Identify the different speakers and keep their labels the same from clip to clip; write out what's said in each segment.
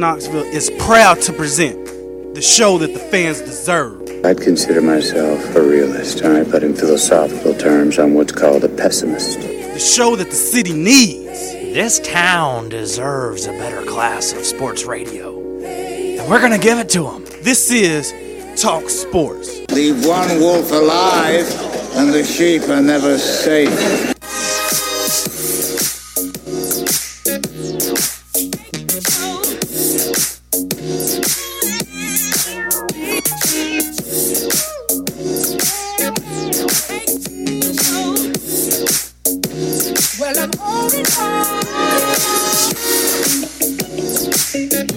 Speaker 1: Knoxville is proud to present the show that the fans deserve.
Speaker 2: I'd consider myself a realist, all right, but in philosophical terms, I'm what's called a pessimist.
Speaker 1: The show that the city needs.
Speaker 3: This town deserves a better class of sports radio. And we're going to give it to them.
Speaker 1: This is Talk Sports.
Speaker 4: Leave one wolf alive, and the sheep are never safe.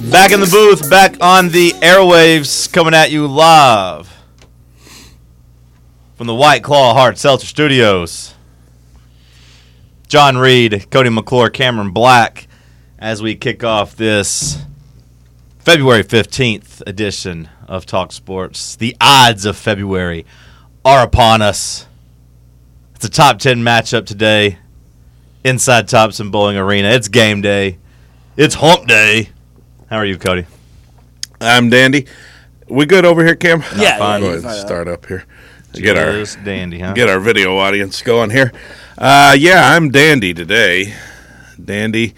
Speaker 5: Back in the booth, back on the airwaves, coming at you live from the White Claw Hard Seltzer Studios. John Reed, Cody McClure, Cameron Black, as we kick off this February 15th edition of Talk Sports. The odds of February are upon us. It's a top 10 matchup today inside Thompson Bowling Arena. It's game day, it's hump day. How are you, Cody?
Speaker 6: I'm Dandy. We good over here, Cam?
Speaker 3: Yeah,
Speaker 6: fine.
Speaker 3: yeah,
Speaker 6: Go
Speaker 3: yeah,
Speaker 6: ahead and start up here. Get our
Speaker 5: Just dandy, huh?
Speaker 6: get our video audience going here. Uh, yeah, I'm Dandy today. Dandy,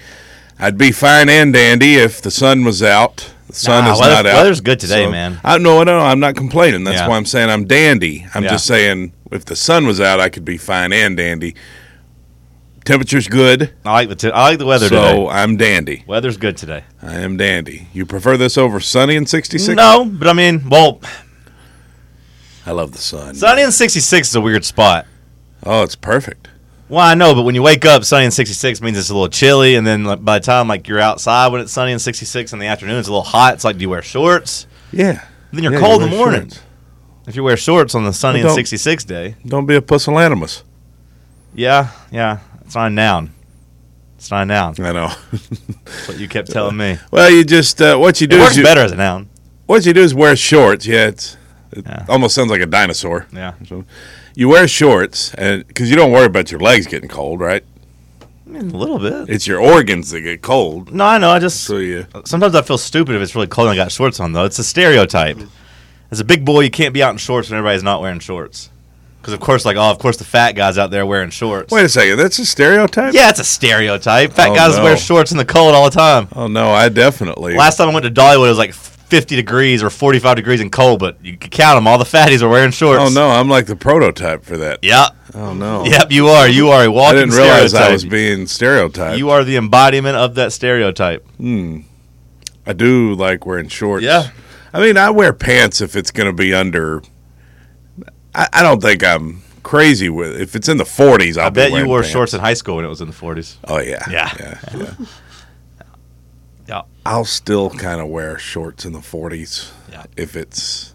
Speaker 6: I'd be fine and dandy if the sun was out. The sun
Speaker 5: Nah,
Speaker 6: is
Speaker 5: weather-
Speaker 6: not out.
Speaker 5: weather's good today, man.
Speaker 6: I no, no, I'm not complaining. That's
Speaker 5: Yeah.
Speaker 6: why I'm saying I'm dandy. I'm
Speaker 5: Yeah.
Speaker 6: just saying if the sun was out, I could be fine and dandy. Temperature's good,
Speaker 5: I like the t- I like the weather
Speaker 6: so
Speaker 5: today.
Speaker 6: I'm dandy.
Speaker 5: Weather's good today.
Speaker 6: I am dandy. You prefer this over sunny and 66?
Speaker 5: No, but I mean, well,
Speaker 6: I love the sun.
Speaker 5: sunny and 66 is a weird spot.
Speaker 6: Oh, it's perfect.
Speaker 5: Well, I know, but when you wake up, sunny and 66 means it's a little chilly, and then like, by the time like you're outside when it's sunny and 66 in the afternoon, it's a little hot. It's like, do you wear shorts?
Speaker 6: Yeah.
Speaker 5: Then you're
Speaker 6: Yeah,
Speaker 5: cold
Speaker 6: you
Speaker 5: in the
Speaker 6: wear
Speaker 5: morning.
Speaker 6: shorts.
Speaker 5: If you wear shorts on the sunny
Speaker 6: Well,
Speaker 5: and
Speaker 6: don't-
Speaker 5: 66 day,
Speaker 6: Don't be a pusillanimous.
Speaker 5: yeah, yeah, it's not a noun. It's not a noun.
Speaker 6: I know.
Speaker 5: That's what you kept telling me.
Speaker 6: well, you just uh, what you do
Speaker 5: It
Speaker 6: is
Speaker 5: works
Speaker 6: Uh, you,
Speaker 5: better as a noun.
Speaker 6: What you do is wear shorts. Yeah, it's it
Speaker 5: Yeah.
Speaker 6: almost sounds like a dinosaur.
Speaker 5: Yeah.
Speaker 6: So you wear shorts, and because you don't worry about your legs getting cold, right?
Speaker 5: I mean, a little bit.
Speaker 6: It's your organs that get cold.
Speaker 5: No, I know. I just
Speaker 6: So you
Speaker 5: sometimes I feel stupid if it's really cold and I got shorts on though. It's a stereotype. As a big boy, you can't be out in shorts when everybody's not wearing shorts. Because of course, like oh, of course the fat guys out there wearing shorts.
Speaker 6: wait a second. That's a stereotype.
Speaker 5: yeah, it's a stereotype. Fat
Speaker 6: Oh,
Speaker 5: guys
Speaker 6: no.
Speaker 5: wear shorts in the cold all the time.
Speaker 6: Oh no, I definitely.
Speaker 5: Last time I went to Dollywood, it was like 50 degrees or 45 degrees and cold, but you could count them. All the fatties are wearing shorts.
Speaker 6: oh no, I'm like the prototype for that.
Speaker 5: Yep.
Speaker 6: Oh no.
Speaker 5: Yep. You are. You are a
Speaker 6: I
Speaker 5: walking
Speaker 6: didn't realize
Speaker 5: stereotype.
Speaker 6: I was being stereotyped.
Speaker 5: you are the embodiment of that stereotype.
Speaker 6: I do like wearing shorts.
Speaker 5: Yeah.
Speaker 6: I mean, I wear pants if it's going to be under. I, I don't think I'm crazy with if it's in the 40s. I'll
Speaker 5: I
Speaker 6: be
Speaker 5: bet you
Speaker 6: wearing
Speaker 5: wore
Speaker 6: pants.
Speaker 5: shorts in high school when it was in the 40s.
Speaker 6: Oh yeah,
Speaker 5: Yeah.
Speaker 6: yeah.
Speaker 5: Yeah.
Speaker 6: I'll still kind of wear shorts in the 40s
Speaker 5: Yeah.
Speaker 6: if it's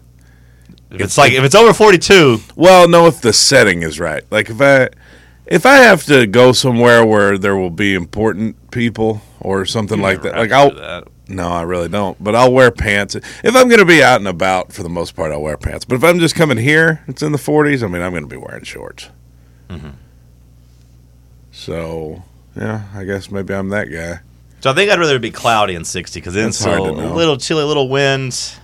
Speaker 5: If it's like if it's over 42,
Speaker 6: well, no, if the setting is right. Like if I if I have to go somewhere where there will be important people or something like that.
Speaker 5: never
Speaker 6: Like
Speaker 5: have to
Speaker 6: I'll
Speaker 5: do that.
Speaker 6: No, I really don't. But I'll wear pants if I'm going to be out and about. For the most part, I'll wear pants. But if I'm just coming here, it's in the 40s. I mean, I'm going to be wearing shorts.
Speaker 5: Mm-hmm.
Speaker 6: So yeah, I guess maybe I'm that guy.
Speaker 5: So I think I'd rather it be cloudy and 60 because then
Speaker 6: That's
Speaker 5: it's a
Speaker 6: hard to
Speaker 5: little, a
Speaker 6: know.
Speaker 5: little chilly, a little wind.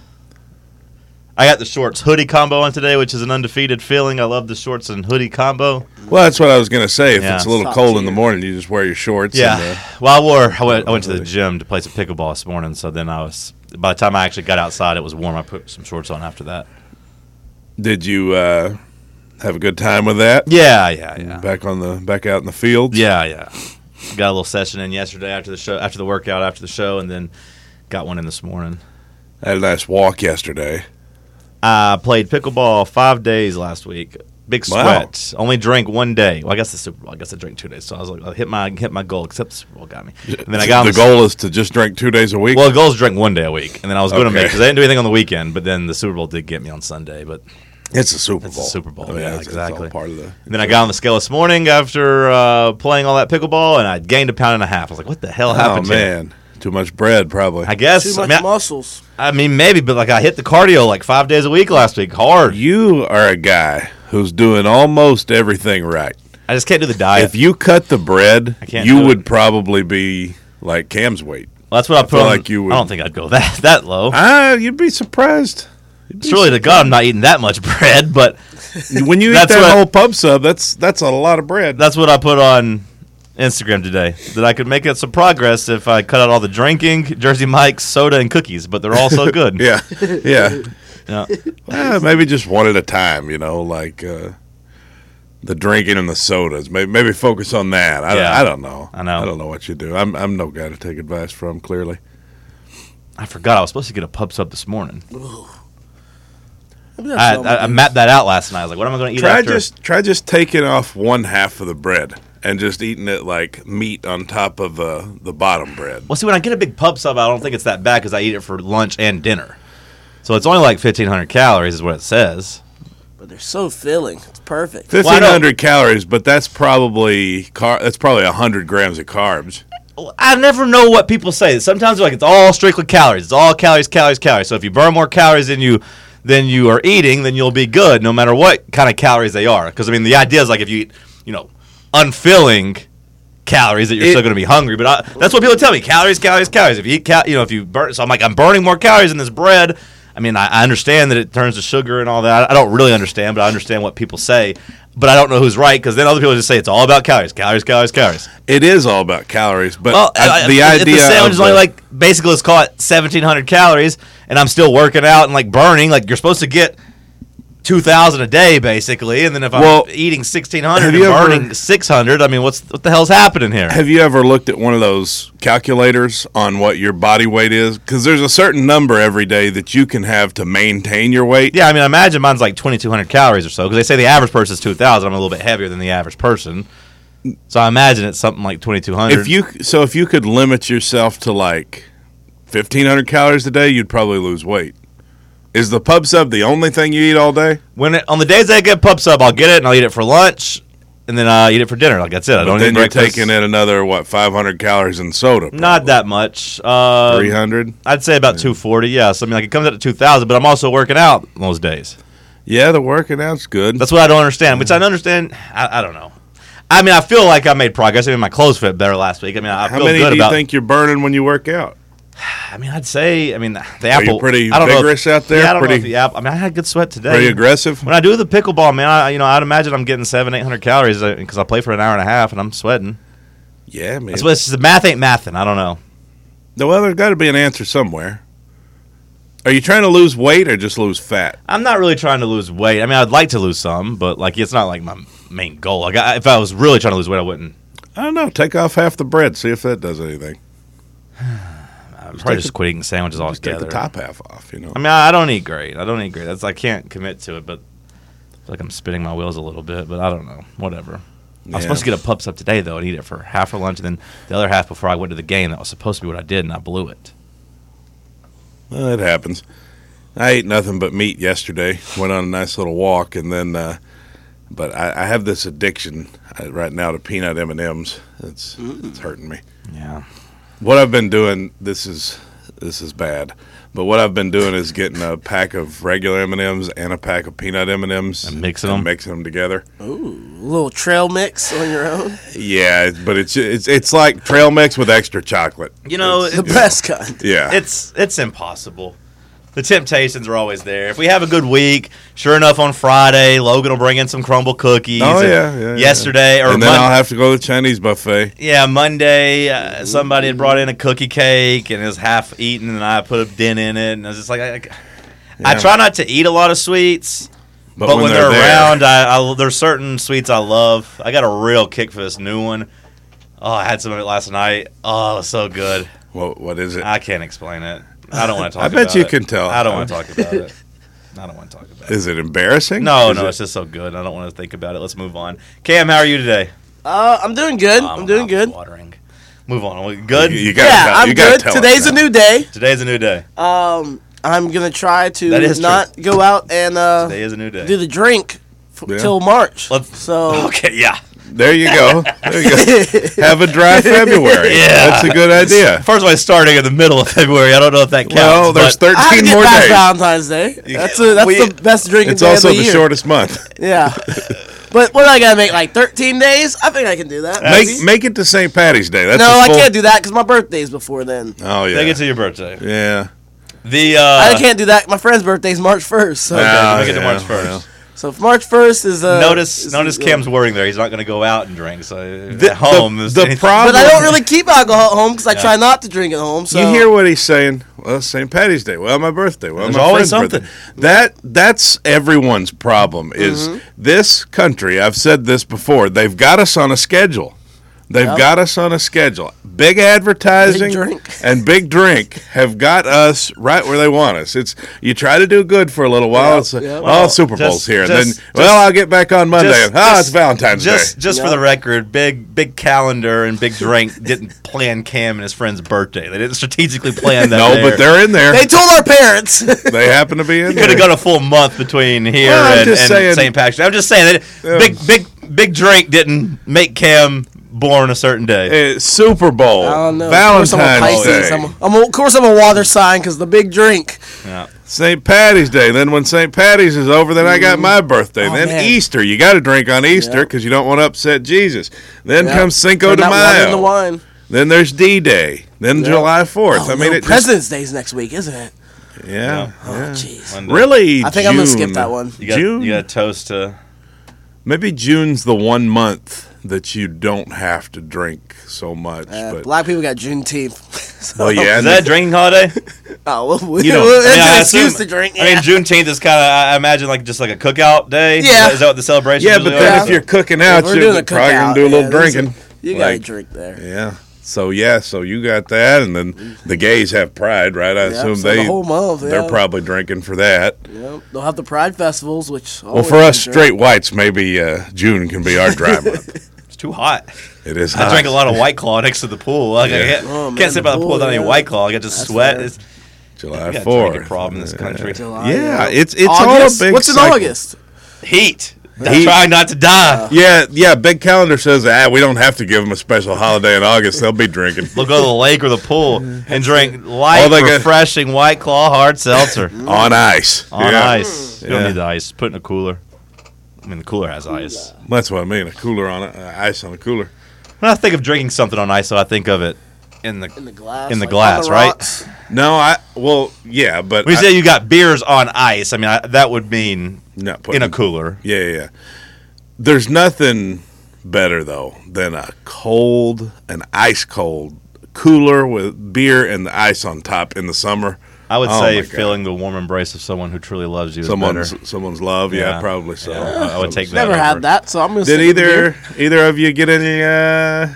Speaker 5: I got the shorts hoodie combo on today, which is an undefeated feeling. I love the shorts and hoodie combo.
Speaker 6: Well, that's what I was going to say. If
Speaker 5: Yeah.
Speaker 6: it's a little
Speaker 4: Top
Speaker 6: cold in
Speaker 4: tier.
Speaker 6: the morning, you just wear your shorts.
Speaker 5: yeah.
Speaker 6: And, uh,
Speaker 5: well, I wore. I went, I went to the
Speaker 6: hoodie.
Speaker 5: gym to play some pickleball this morning, so then I was. By the time I actually got outside, it was warm. I put some shorts on after that.
Speaker 6: did you uh, have a good time with that?
Speaker 5: Yeah, yeah, yeah,
Speaker 6: Back on the back out in the field.
Speaker 5: Mm. yeah, yeah. Got a little session in yesterday after the show, after the workout, after the show, and then got one in this morning.
Speaker 6: I had a nice walk yesterday.
Speaker 5: I played pickleball five days last week. Big
Speaker 6: Wow.
Speaker 5: sweat. Only drank one day. Well, I guess the Super Bowl. I guess I drank two days. So I was like, I hit my hit my goal. Except the Super Bowl got me. And then I got
Speaker 6: the
Speaker 5: on
Speaker 6: goal is to just drink two days a week.
Speaker 5: Well, the goal is drink one day a week. And then I was going to
Speaker 6: Okay.
Speaker 5: make because I didn't do anything on the weekend. But then the Super Bowl did get me on Sunday. But
Speaker 6: it's a Super Bowl.
Speaker 5: It's a Super Bowl, yeah,
Speaker 6: it's- it's all
Speaker 5: exactly.
Speaker 6: part of the.
Speaker 5: and then I got on the scale this morning after uh, playing all that pickleball, and I gained a pound and a half. I was like, what the hell
Speaker 6: Oh
Speaker 5: happened? to me?
Speaker 6: man, too much bread probably.
Speaker 5: I guess.
Speaker 1: Too
Speaker 5: I
Speaker 1: much
Speaker 5: mean, I-
Speaker 1: muscles.
Speaker 5: I mean, maybe, but like I hit the cardio like five days a week last week, hard.
Speaker 6: you are a guy who's doing almost everything right.
Speaker 5: I just can't do the diet.
Speaker 6: if you cut the bread,
Speaker 5: I can't
Speaker 6: you
Speaker 5: do
Speaker 6: would
Speaker 5: it.
Speaker 6: probably be like Cam's weight.
Speaker 5: Well, that's what I put
Speaker 6: feel
Speaker 5: on.
Speaker 6: like you would-
Speaker 5: I don't think I'd go that that low.
Speaker 6: Ah, you'd be surprised. You'd be
Speaker 5: Surely to God, I'm not eating that much bread, but
Speaker 6: surprised. when you eat
Speaker 5: That's
Speaker 6: that
Speaker 5: what-
Speaker 6: whole pub sub, that's that's a lot of bread.
Speaker 5: that's what I put on Instagram today. That I could make it some progress if I cut out all the drinking, Jersey Mike's, soda, and cookies, but they're all so good.
Speaker 6: yeah, yeah.
Speaker 5: Yeah.
Speaker 6: Well, maybe just one at a time, you know, like uh, the drinking and the sodas. Maybe, maybe focus on that. I,
Speaker 5: Yeah.
Speaker 6: I don't know.
Speaker 5: I know.
Speaker 6: I don't know what you do. I'm, I'm no guy to take advice from, clearly.
Speaker 5: I forgot I was supposed to get a pub sub this morning.
Speaker 7: I've done
Speaker 5: I,
Speaker 7: something
Speaker 5: I, I
Speaker 7: like
Speaker 5: mapped that out last night. I was like, what am I going to eat
Speaker 6: Try
Speaker 5: after?
Speaker 6: just try just taking off one half of the bread and just eating it like meat on top of the, the bottom bread.
Speaker 5: Well, see, when I get a big pub sub, I don't think it's that bad because I eat it for lunch and dinner. So it's only like 1,500 calories, is what it says.
Speaker 7: that, but they're so filling. It's perfect.
Speaker 5: Well, I
Speaker 6: Fifteen
Speaker 5: don't-
Speaker 6: hundred calories, but that's probably car- that's probably hundred grams of carbs.
Speaker 5: I never know what people say. Sometimes like it's all strictly calories. It's all calories, calories, calories. So if you burn more calories than you than you are eating, then you'll be good, no matter what kind of calories they are. Because I mean, the idea is like if you eat, you know, unfilling calories, that you're
Speaker 6: It-
Speaker 5: still going to be hungry. But I, that's what people tell me: calories, calories, calories. If you eat, cal- you know, if you burn, so I'm like, I'm burning more calories in this bread. I mean, I, I understand that it turns to sugar and all that. I don't really understand, but I understand what people say. But I don't know who's right because then other people just say it's all about calories, calories, calories, calories.
Speaker 6: It is all about calories, but
Speaker 5: Well,
Speaker 6: I-
Speaker 5: I-
Speaker 6: the
Speaker 5: if- if
Speaker 6: idea
Speaker 5: the sandwich
Speaker 6: of
Speaker 5: is only
Speaker 6: the-
Speaker 5: like basically let's call it seventeen hundred calories, and I'm still working out and like burning. Like you're supposed to get two thousand a day basically, and then if I'm
Speaker 6: Well,
Speaker 5: eating sixteen
Speaker 6: have
Speaker 5: hundred and
Speaker 6: you ever-
Speaker 5: burning six hundred, I mean, what's what the hell's happening here?
Speaker 6: Have you ever looked at one of those calculators on what your body weight is? Because there's a certain number every day that you can have to maintain your weight.
Speaker 5: yeah, I mean, I imagine mine's like twenty two hundred calories or so because they say the average person is two thousand. I'm a little bit heavier than the average person, so I imagine it's something like twenty two hundred.
Speaker 6: If you so, if you could limit yourself to like fifteen hundred calories a day, you'd probably lose weight. Is the pub sub the only thing you eat all day?
Speaker 5: when it, on the days that I get pub sub, I'll get it and I'll eat it for lunch, and then I eat it for dinner. Like that's it. I
Speaker 6: But
Speaker 5: don't
Speaker 6: then
Speaker 5: eat
Speaker 6: you're
Speaker 5: breakfast.
Speaker 6: taking in another what five hundred calories in soda.
Speaker 5: Not that much. Uh,
Speaker 6: three hundred.
Speaker 5: I'd say about 240. Yeah, so I mean, like it comes out to 2,000, but I'm also working out most days.
Speaker 6: Yeah, the working out's good.
Speaker 5: That's what I don't understand.
Speaker 6: Mm.
Speaker 5: Which I don't understand. I, I don't know. I mean, I feel like I made progress. I mean, my clothes fit better last week. I mean, I
Speaker 6: How
Speaker 5: feel
Speaker 6: many
Speaker 5: good
Speaker 6: do you
Speaker 5: about.
Speaker 6: think you're burning when you work out?
Speaker 5: I mean, I'd say. I mean, the
Speaker 6: Are you
Speaker 5: apple.
Speaker 6: pretty
Speaker 5: I don't know if-
Speaker 6: vigorous out there?
Speaker 5: Yeah, I don't know
Speaker 6: Pretty-
Speaker 5: if the apple. I mean, I had good sweat today.
Speaker 6: Pretty aggressive.
Speaker 5: When I do the pickleball, man, I you know I'd imagine I'm getting seven, eight hundred calories because I play for an hour and a half and I'm sweating.
Speaker 6: Yeah, man.
Speaker 5: That's what it's just, the math ain't mathing. I don't know.
Speaker 6: Well, there's got to be an answer somewhere. Are you trying to lose weight or just lose fat?
Speaker 5: I'm not really trying to lose weight. I mean, I'd like to lose some, but like it's not like my main goal. Like I, if I was really trying to lose weight, I wouldn't.
Speaker 6: I don't know. Take off half the bread. See if that does anything.
Speaker 5: I'm probably
Speaker 6: take
Speaker 5: just quit eating sandwiches
Speaker 6: Just take
Speaker 5: altogether.
Speaker 6: the top half off. You know.
Speaker 5: I mean, I I don't eat great. I don't eat great. That's I can't commit to it, but I feel like I'm spinning my wheels a little bit. But I don't know. Whatever. I
Speaker 6: Yeah.
Speaker 5: was supposed to get a pub sub today though, and eat it for half for lunch, and then the other half before I went to the game. That was supposed to be what I did, and I blew it.
Speaker 6: Well, it happens. I ate nothing but meat yesterday. Went on a nice little walk, and then, uh, but I, I have this addiction uh, right now to peanut M and M's. It's
Speaker 5: Mm.
Speaker 6: it's hurting me.
Speaker 5: Yeah.
Speaker 6: What I've been doing this is this is bad, but what I've been doing is getting a pack of regular M and M's and a pack of peanut M and M's
Speaker 5: And mixing them?
Speaker 6: mixing them together.
Speaker 7: A little trail mix on your own.
Speaker 6: Yeah, but it's it's it's like trail mix with extra chocolate.
Speaker 5: You know,
Speaker 7: The
Speaker 5: it-
Speaker 7: best kind.
Speaker 6: Yeah,
Speaker 5: it's it's impossible. The temptations are always there. If we have a good week, sure enough, on Friday Logan will bring in some crumble cookies.
Speaker 6: Oh,
Speaker 5: and
Speaker 6: yeah, yeah, yeah.
Speaker 5: yesterday or
Speaker 6: and then
Speaker 5: Monday.
Speaker 6: I'll have to go to the Chinese buffet.
Speaker 5: Yeah, Monday, uh, somebody had brought in a cookie cake and it was half eaten, and I put a dent in it, and I was just like, I, I
Speaker 6: Yeah.
Speaker 5: try not to eat a lot of sweets, but, when, they're,
Speaker 6: there-
Speaker 5: around, I, I there's certain sweets I love. I got a real kick for this new one. Oh, I had some of it last night. Oh, it was so good.
Speaker 6: what what is it?
Speaker 5: I can't explain it. I don't want to talk.
Speaker 6: I bet
Speaker 5: about
Speaker 6: you
Speaker 5: it.
Speaker 6: can tell.
Speaker 5: I don't want to talk about it. I don't want to talk about it.
Speaker 6: Is it embarrassing?
Speaker 5: No,
Speaker 6: Is
Speaker 5: no,
Speaker 6: it-
Speaker 5: it's just so good. I don't want to think about it. Let's move on. Cam, how are you today?
Speaker 7: Uh, I'm doing good.
Speaker 5: Oh,
Speaker 7: I'm
Speaker 5: my
Speaker 7: doing
Speaker 5: mouth
Speaker 7: good.
Speaker 5: is Watering. Move on. Are we Good.
Speaker 6: You- you gotta
Speaker 7: Yeah,
Speaker 6: tell- you
Speaker 7: I'm
Speaker 6: gotta
Speaker 7: good.
Speaker 6: tell us
Speaker 7: Today's a
Speaker 6: now.
Speaker 7: new day.
Speaker 5: Today's a new day.
Speaker 7: Um, I'm gonna try
Speaker 5: That is
Speaker 7: to
Speaker 5: true.
Speaker 7: not go out and uh,
Speaker 5: Today is a new day.
Speaker 7: do the drink f-
Speaker 6: Yeah.
Speaker 7: till March.
Speaker 5: Let's-
Speaker 7: so
Speaker 5: Okay, yeah.
Speaker 6: There you go. There you go. Have a dry February.
Speaker 5: Yeah.
Speaker 6: that's a good idea.
Speaker 5: First of all, it's starting in the middle of February. I don't know if that counts.
Speaker 6: Well, there's
Speaker 5: but-
Speaker 7: I have to
Speaker 6: thirteen
Speaker 7: get
Speaker 6: more
Speaker 7: past
Speaker 6: days.
Speaker 7: Valentine's Day. That's a, that's
Speaker 5: We-
Speaker 7: the best drinking
Speaker 6: It's
Speaker 7: day
Speaker 6: also
Speaker 7: of the,
Speaker 6: the
Speaker 7: year.
Speaker 6: shortest month.
Speaker 7: Yeah, But what do I gotta make? Like 13 days? I think I can do that.
Speaker 6: Make,
Speaker 7: maybe.
Speaker 6: make it to St. Patty's Day. That's
Speaker 7: no,
Speaker 6: a
Speaker 7: I
Speaker 6: full-
Speaker 7: can't do that because my birthday's before then.
Speaker 6: Oh yeah,
Speaker 5: Take it to your birthday.
Speaker 6: yeah.
Speaker 5: The uh,
Speaker 7: I can't do that. My friend's birthday's March 1st. So,
Speaker 6: Ah,
Speaker 5: make it to
Speaker 6: yeah,
Speaker 5: March first.
Speaker 6: well.
Speaker 7: so if March 1st is. Uh,
Speaker 5: notice,
Speaker 7: is-
Speaker 5: notice
Speaker 7: uh,
Speaker 5: Cam's wording there. He's not going to go out and drink. So
Speaker 6: The-
Speaker 5: at home,
Speaker 6: the-
Speaker 5: is
Speaker 6: the
Speaker 5: anything-
Speaker 6: problem-
Speaker 7: But I don't really keep alcohol at home because I
Speaker 5: Yeah.
Speaker 7: try not to drink at home. So
Speaker 6: you hear what he's saying? Well, St. Patty's Day. Well, my birthday. Well,
Speaker 5: There's
Speaker 6: my
Speaker 5: always
Speaker 6: friend's birthday. That that's everyone's problem. Is
Speaker 5: Mm-hmm.
Speaker 6: this country? I've said this before. They've got us on a schedule. They've got us on a schedule. Big advertising
Speaker 7: Big drink.
Speaker 6: and big drink have got us right where they want us. It's you try to do good for a little while.
Speaker 7: Yep,
Speaker 6: it's like,
Speaker 7: yep.
Speaker 6: oh, Super
Speaker 5: Just-
Speaker 6: Bowl's here, and
Speaker 5: just-
Speaker 6: then well, I'll get back on Monday.
Speaker 5: Just-
Speaker 6: ah, it's
Speaker 5: just-
Speaker 6: Valentine's
Speaker 5: just,
Speaker 6: Day.
Speaker 5: Just for
Speaker 7: Yeah.
Speaker 5: the record, big big calendar and big drink didn't plan Cam and his friend's birthday. They didn't strategically plan that.
Speaker 6: No,
Speaker 5: there.
Speaker 6: but they're in there.
Speaker 7: They told our parents.
Speaker 6: They happen to be in.
Speaker 5: could
Speaker 6: there.
Speaker 5: have gone a full month between here
Speaker 6: Well, I'm
Speaker 5: and,
Speaker 6: just saying-
Speaker 5: and St. Patrick's. Day. I'm just saying that
Speaker 6: Yeah.
Speaker 5: big big big drink didn't make Cam born a certain day.
Speaker 6: Uh, Super Bowl,
Speaker 7: I don't know. Of course I'm a
Speaker 6: Valentine's
Speaker 7: Pisces.
Speaker 6: Day,
Speaker 7: I'm a, I'm a- of course, I'm a water sign because the big drink.
Speaker 5: Yeah.
Speaker 6: St. Patty's Day. Then when St. Patty's is over, then I got my birthday.
Speaker 7: Oh,
Speaker 6: then
Speaker 7: man.
Speaker 6: Easter, you got to drink on Easter
Speaker 7: Yep.
Speaker 6: because you don't want to upset Jesus. Then
Speaker 7: Yeah.
Speaker 6: comes Cinco
Speaker 7: They're
Speaker 6: de
Speaker 7: not wanting The
Speaker 6: Mayo.
Speaker 7: wine.
Speaker 6: then there's D Day. Then July Fourth.
Speaker 7: Oh,
Speaker 6: I mean,
Speaker 7: no,
Speaker 6: it just,
Speaker 7: President's Day's next week, isn't it?
Speaker 6: yeah,
Speaker 7: Oh, jeez.
Speaker 5: Monday.
Speaker 6: really.
Speaker 7: I think I'm gonna skip
Speaker 6: June.
Speaker 7: that one.
Speaker 5: You got,
Speaker 6: June.
Speaker 5: you got a toast to
Speaker 6: Maybe June's the one month that you don't have to drink so much.
Speaker 7: Uh,
Speaker 6: but
Speaker 7: black people got Juneteenth. so,
Speaker 6: well,
Speaker 5: is
Speaker 6: yeah, and
Speaker 5: Oh, that a drinking holiday?
Speaker 7: Oh, well,
Speaker 5: You know,
Speaker 7: it's an excuse
Speaker 5: assume-
Speaker 7: to drink.
Speaker 5: I mean,
Speaker 7: yeah.
Speaker 5: Juneteenth is kind of I I imagine like just like a cookout day. Is
Speaker 7: Yeah.
Speaker 5: that- is that what the celebration?
Speaker 6: yeah,
Speaker 5: usually
Speaker 6: but then
Speaker 5: are?
Speaker 6: if you're cooking out,
Speaker 7: we're
Speaker 6: you're
Speaker 7: doing a
Speaker 6: probably
Speaker 7: cookout,
Speaker 6: gonna do a little
Speaker 7: yeah, there's a-
Speaker 6: drinking.
Speaker 7: you got to
Speaker 6: like-
Speaker 7: drink there.
Speaker 6: Yeah. So yeah, so you got that, and then the gays have pride, right? I assume
Speaker 7: so
Speaker 6: they
Speaker 7: the whole month,
Speaker 6: they're
Speaker 7: yeah.
Speaker 6: probably drinking for that.
Speaker 7: Yep. They'll have the pride festivals, which
Speaker 6: Well, for us straight whites, maybe uh, June can be our dry month.
Speaker 5: it's too hot.
Speaker 6: It is.
Speaker 5: I
Speaker 6: hot.
Speaker 5: drank a lot of White Claw next to the pool. Like, I
Speaker 6: Yeah.
Speaker 5: can't,
Speaker 7: Oh, man,
Speaker 5: can't sit by the
Speaker 7: the
Speaker 5: pool
Speaker 7: pool,
Speaker 5: without any
Speaker 7: yeah.
Speaker 5: White Claw. I could just
Speaker 7: That's
Speaker 5: sweat.
Speaker 7: fair.
Speaker 5: It's,
Speaker 6: July
Speaker 5: we got a drinking
Speaker 6: fourth.
Speaker 5: problem in this country.
Speaker 6: Yeah, it's it's
Speaker 7: August?
Speaker 6: all a big.
Speaker 7: What's in
Speaker 6: cycle.
Speaker 7: August?
Speaker 5: Heat. I'm
Speaker 6: Heat.
Speaker 5: trying not to die.
Speaker 6: Yeah, yeah. Big calendar says ah, we don't have to give them a special holiday in August. They'll be drinking.
Speaker 5: We'll go to the lake or the pool and drink light,
Speaker 6: All they got-
Speaker 5: refreshing White Claw hard seltzer
Speaker 6: on ice.
Speaker 5: on
Speaker 6: Yeah.
Speaker 5: ice. You don't
Speaker 6: Yeah.
Speaker 5: need the ice. Put it in a cooler. I mean, the cooler has ice.
Speaker 6: That's what I mean. A cooler on uh, ice on a cooler.
Speaker 5: When I think of drinking something on ice, though, I think of it in the.
Speaker 7: In the glass.
Speaker 5: In the
Speaker 7: like, on
Speaker 5: glass, right?
Speaker 7: rocks.
Speaker 6: No, I well, yeah, but
Speaker 5: When
Speaker 6: I-
Speaker 5: you say you got beers on ice, I mean I, that would mean
Speaker 6: No, put
Speaker 5: in a
Speaker 6: in-
Speaker 5: cooler.
Speaker 6: Yeah, yeah, yeah. There's nothing better though than a cold, an ice cold cooler with beer and the ice on top in the summer.
Speaker 5: I would
Speaker 6: Oh my
Speaker 5: say
Speaker 6: God.
Speaker 5: feeling the warm embrace of someone who truly loves you is
Speaker 6: someone's
Speaker 5: better.
Speaker 6: someone's love. Yeah,
Speaker 5: Yeah.
Speaker 6: probably so.
Speaker 5: Yeah, I- I would take that.
Speaker 7: Never had that, so I'm gonna.
Speaker 6: Did
Speaker 7: stick with the
Speaker 6: either
Speaker 7: beer.
Speaker 6: either of you get any uh,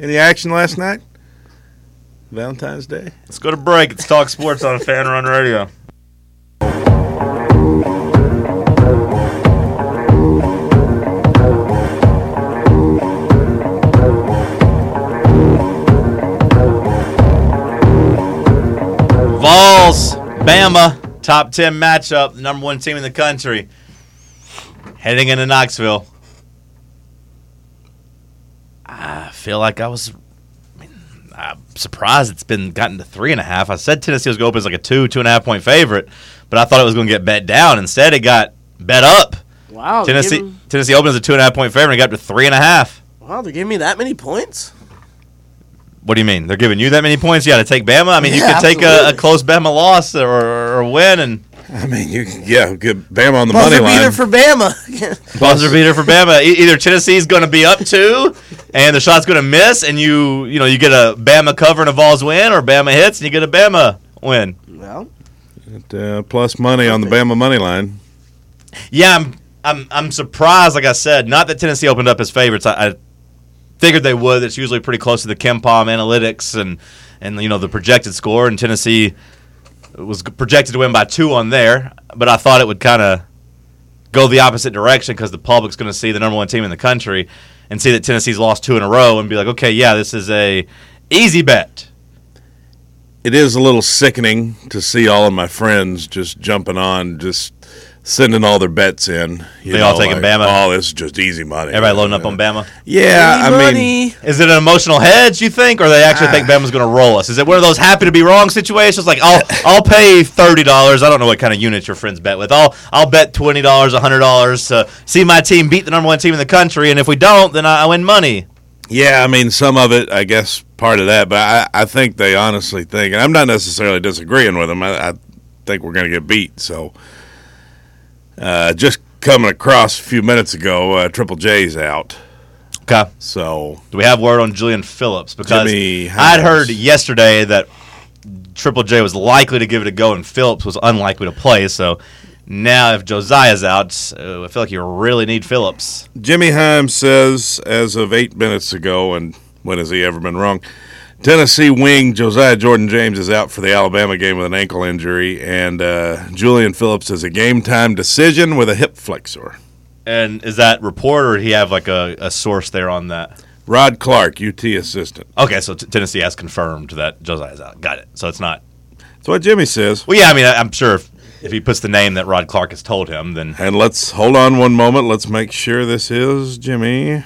Speaker 6: any action last night? Valentine's Day.
Speaker 5: Let's go to break. It's Talk Sports on Fan Run Radio. Vols, Bama, top 10 matchup, the number one team in the country. Heading into Knoxville. I feel like I was I'm surprised it's been gotten to three and a half. I said Tennessee was going to open as like a two, two and a half point favorite, but I thought it was going to get bet down. Instead, it got bet up.
Speaker 7: Wow, they
Speaker 5: Tennessee
Speaker 7: gave me-
Speaker 5: Tennessee opened as a two and a half point favorite and it got up to three and a half.
Speaker 7: Wow, they gave me that many points.
Speaker 5: What do you mean? They're giving you that many points? You got to take Bama. I mean, you
Speaker 7: Yeah,
Speaker 5: could take a, a
Speaker 7: absolutely.
Speaker 5: close Bama loss or, or win and
Speaker 6: I mean, you can- yeah, good bam on the
Speaker 7: Buzzer
Speaker 6: money line.
Speaker 7: beater for Bama.
Speaker 5: buzzer beater for Bama. E- either Tennessee's going to be up two and the shot's going to miss, and you you know you get a Bama cover and a Vols win, or Bama hits and you get a Bama win.
Speaker 7: well,
Speaker 6: uh, plus money on the Bama money line.
Speaker 5: Yeah, I'm I'm I'm surprised. Like I said, not that Tennessee opened up as favorites. I, I figured they would. It's usually pretty close to the Kempom analytics and and you know the projected score. And Tennessee was projected to win by two on there, but I thought it would kind of go the opposite direction because the public's going to see the number one team in the country and see that Tennessee's lost two in a row and be like, okay, yeah, this is a easy bet.
Speaker 6: it is a little sickening to see all of my friends just jumping on just sending all their bets in. you
Speaker 5: They all taking Bama?
Speaker 6: Oh, this is just easy money.
Speaker 5: Everybody loading up on Bama.
Speaker 6: Yeah, I mean,
Speaker 7: money.
Speaker 5: Is it an emotional hedge, you think, or they actually think Bama's going to roll us? Is it one of those happy to be wrong situations? Like, I'll I'll pay thirty dollars. I don't know what kind of unit your friends bet with. I'll I'll bet twenty dollars, hundred dollars to see my team beat the number one team in the country, and if we don't, then I, I win money.
Speaker 6: yeah, I mean, some of it, I guess, part of that. But I, I think they honestly think, and I'm not necessarily disagreeing with them. I, I think we're going to get beat. So, uh, just coming across a few minutes ago, uh, Triple J's out.
Speaker 5: Okay.
Speaker 6: So
Speaker 5: Do we have word on Julian Phillips? Because
Speaker 6: Jimmy
Speaker 5: I'd
Speaker 6: Hines.
Speaker 5: heard yesterday that Triple J was likely to give it a go, and Phillips was unlikely to play. So now, if Josiah's out, uh, I feel like you really need Phillips.
Speaker 6: Jimmy Heim says, as of eight minutes ago, and when has he ever been wrong? Tennessee wing Josiah Jordan James is out for the Alabama game with an ankle injury, and uh, Julian Phillips is a game time decision with a hip flexor.
Speaker 5: And is that report, or he have like a, a source there on that?
Speaker 6: Rod Clark, UT assistant.
Speaker 5: Okay, so t- Tennessee has confirmed that Josiah's out. Got it. So it's not.
Speaker 6: That's what Jimmy says.
Speaker 5: Well, yeah, I mean, I, I'm sure if, if he puts the name that Rod Clark has told him, then
Speaker 6: And let's hold on one moment. Let's make sure this is Jimmy.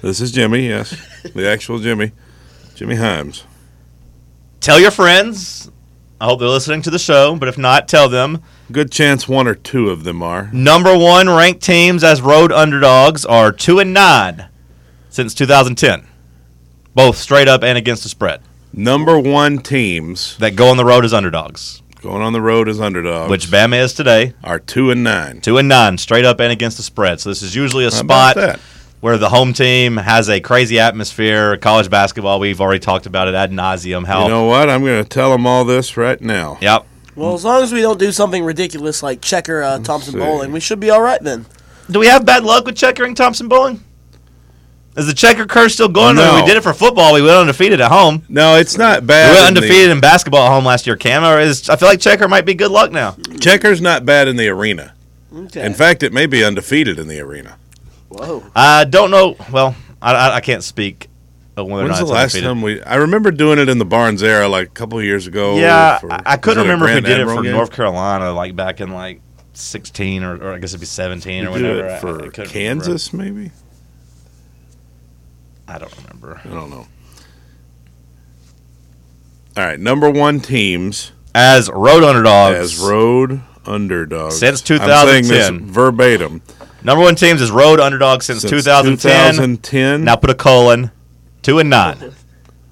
Speaker 6: This is Jimmy, yes. the actual Jimmy. Jimmy Himes.
Speaker 5: tell your friends. I hope they're listening to the show, but if not, tell them.
Speaker 6: Good chance one or two of them are.
Speaker 5: Number one ranked teams as road underdogs are two and nine since 2010, both straight up and against the spread.
Speaker 6: Number one teams
Speaker 5: That go on the road as underdogs,
Speaker 6: going on the road as underdogs.
Speaker 5: which Bama is today,
Speaker 6: are two and nine.
Speaker 5: two and nine straight up and against the spread. So this is usually a
Speaker 6: How about
Speaker 5: spot
Speaker 6: that?
Speaker 5: where the home team has a crazy atmosphere. College basketball, we've already talked about it ad nauseum. How
Speaker 6: You know what? I'm going to tell them all this right now.
Speaker 5: yep.
Speaker 7: Well, as long as we don't do something ridiculous like checker uh, Thompson
Speaker 6: see.
Speaker 7: bowling, we should be all right then.
Speaker 5: Do we have bad luck with checkering Thompson Bowling? Is the checker curse still going? I mean,
Speaker 6: No.
Speaker 5: we did it for football. We went undefeated at home.
Speaker 6: No, it's not bad.
Speaker 5: We were
Speaker 6: in the-
Speaker 5: undefeated in basketball at home last year, Cam. Or is I feel like Checker might be good luck now.
Speaker 6: Checkers not bad in the arena.
Speaker 7: Okay.
Speaker 6: In fact, it may be undefeated in the arena.
Speaker 7: Whoa.
Speaker 5: I don't know. Well, I, I, I can't speak of whether
Speaker 6: When's
Speaker 5: or not it's
Speaker 6: the last
Speaker 5: undefeated.
Speaker 6: time we? I remember doing it in the Barnes era, like a couple of years ago.
Speaker 5: yeah,
Speaker 6: for-
Speaker 5: I, I
Speaker 6: was
Speaker 5: couldn't
Speaker 6: a
Speaker 5: remember if we
Speaker 6: Grand
Speaker 5: did it
Speaker 6: Admiral
Speaker 5: for
Speaker 6: game?
Speaker 5: North Carolina, like back in like sixteen or, or I guess it'd be seventeen or
Speaker 6: We did
Speaker 5: whatever.
Speaker 6: it
Speaker 5: I, I
Speaker 6: for
Speaker 5: couldn't remember.
Speaker 6: Kansas, maybe.
Speaker 5: I don't remember.
Speaker 6: I don't know. All right, number one teams
Speaker 5: As road underdogs,
Speaker 6: as road underdogs
Speaker 5: Since
Speaker 6: I'm saying this
Speaker 5: 2010.
Speaker 6: verbatim.
Speaker 5: number one teams is road underdogs since,
Speaker 6: Since
Speaker 5: 2010.
Speaker 6: 2010.
Speaker 5: Now put a colon, two and nine,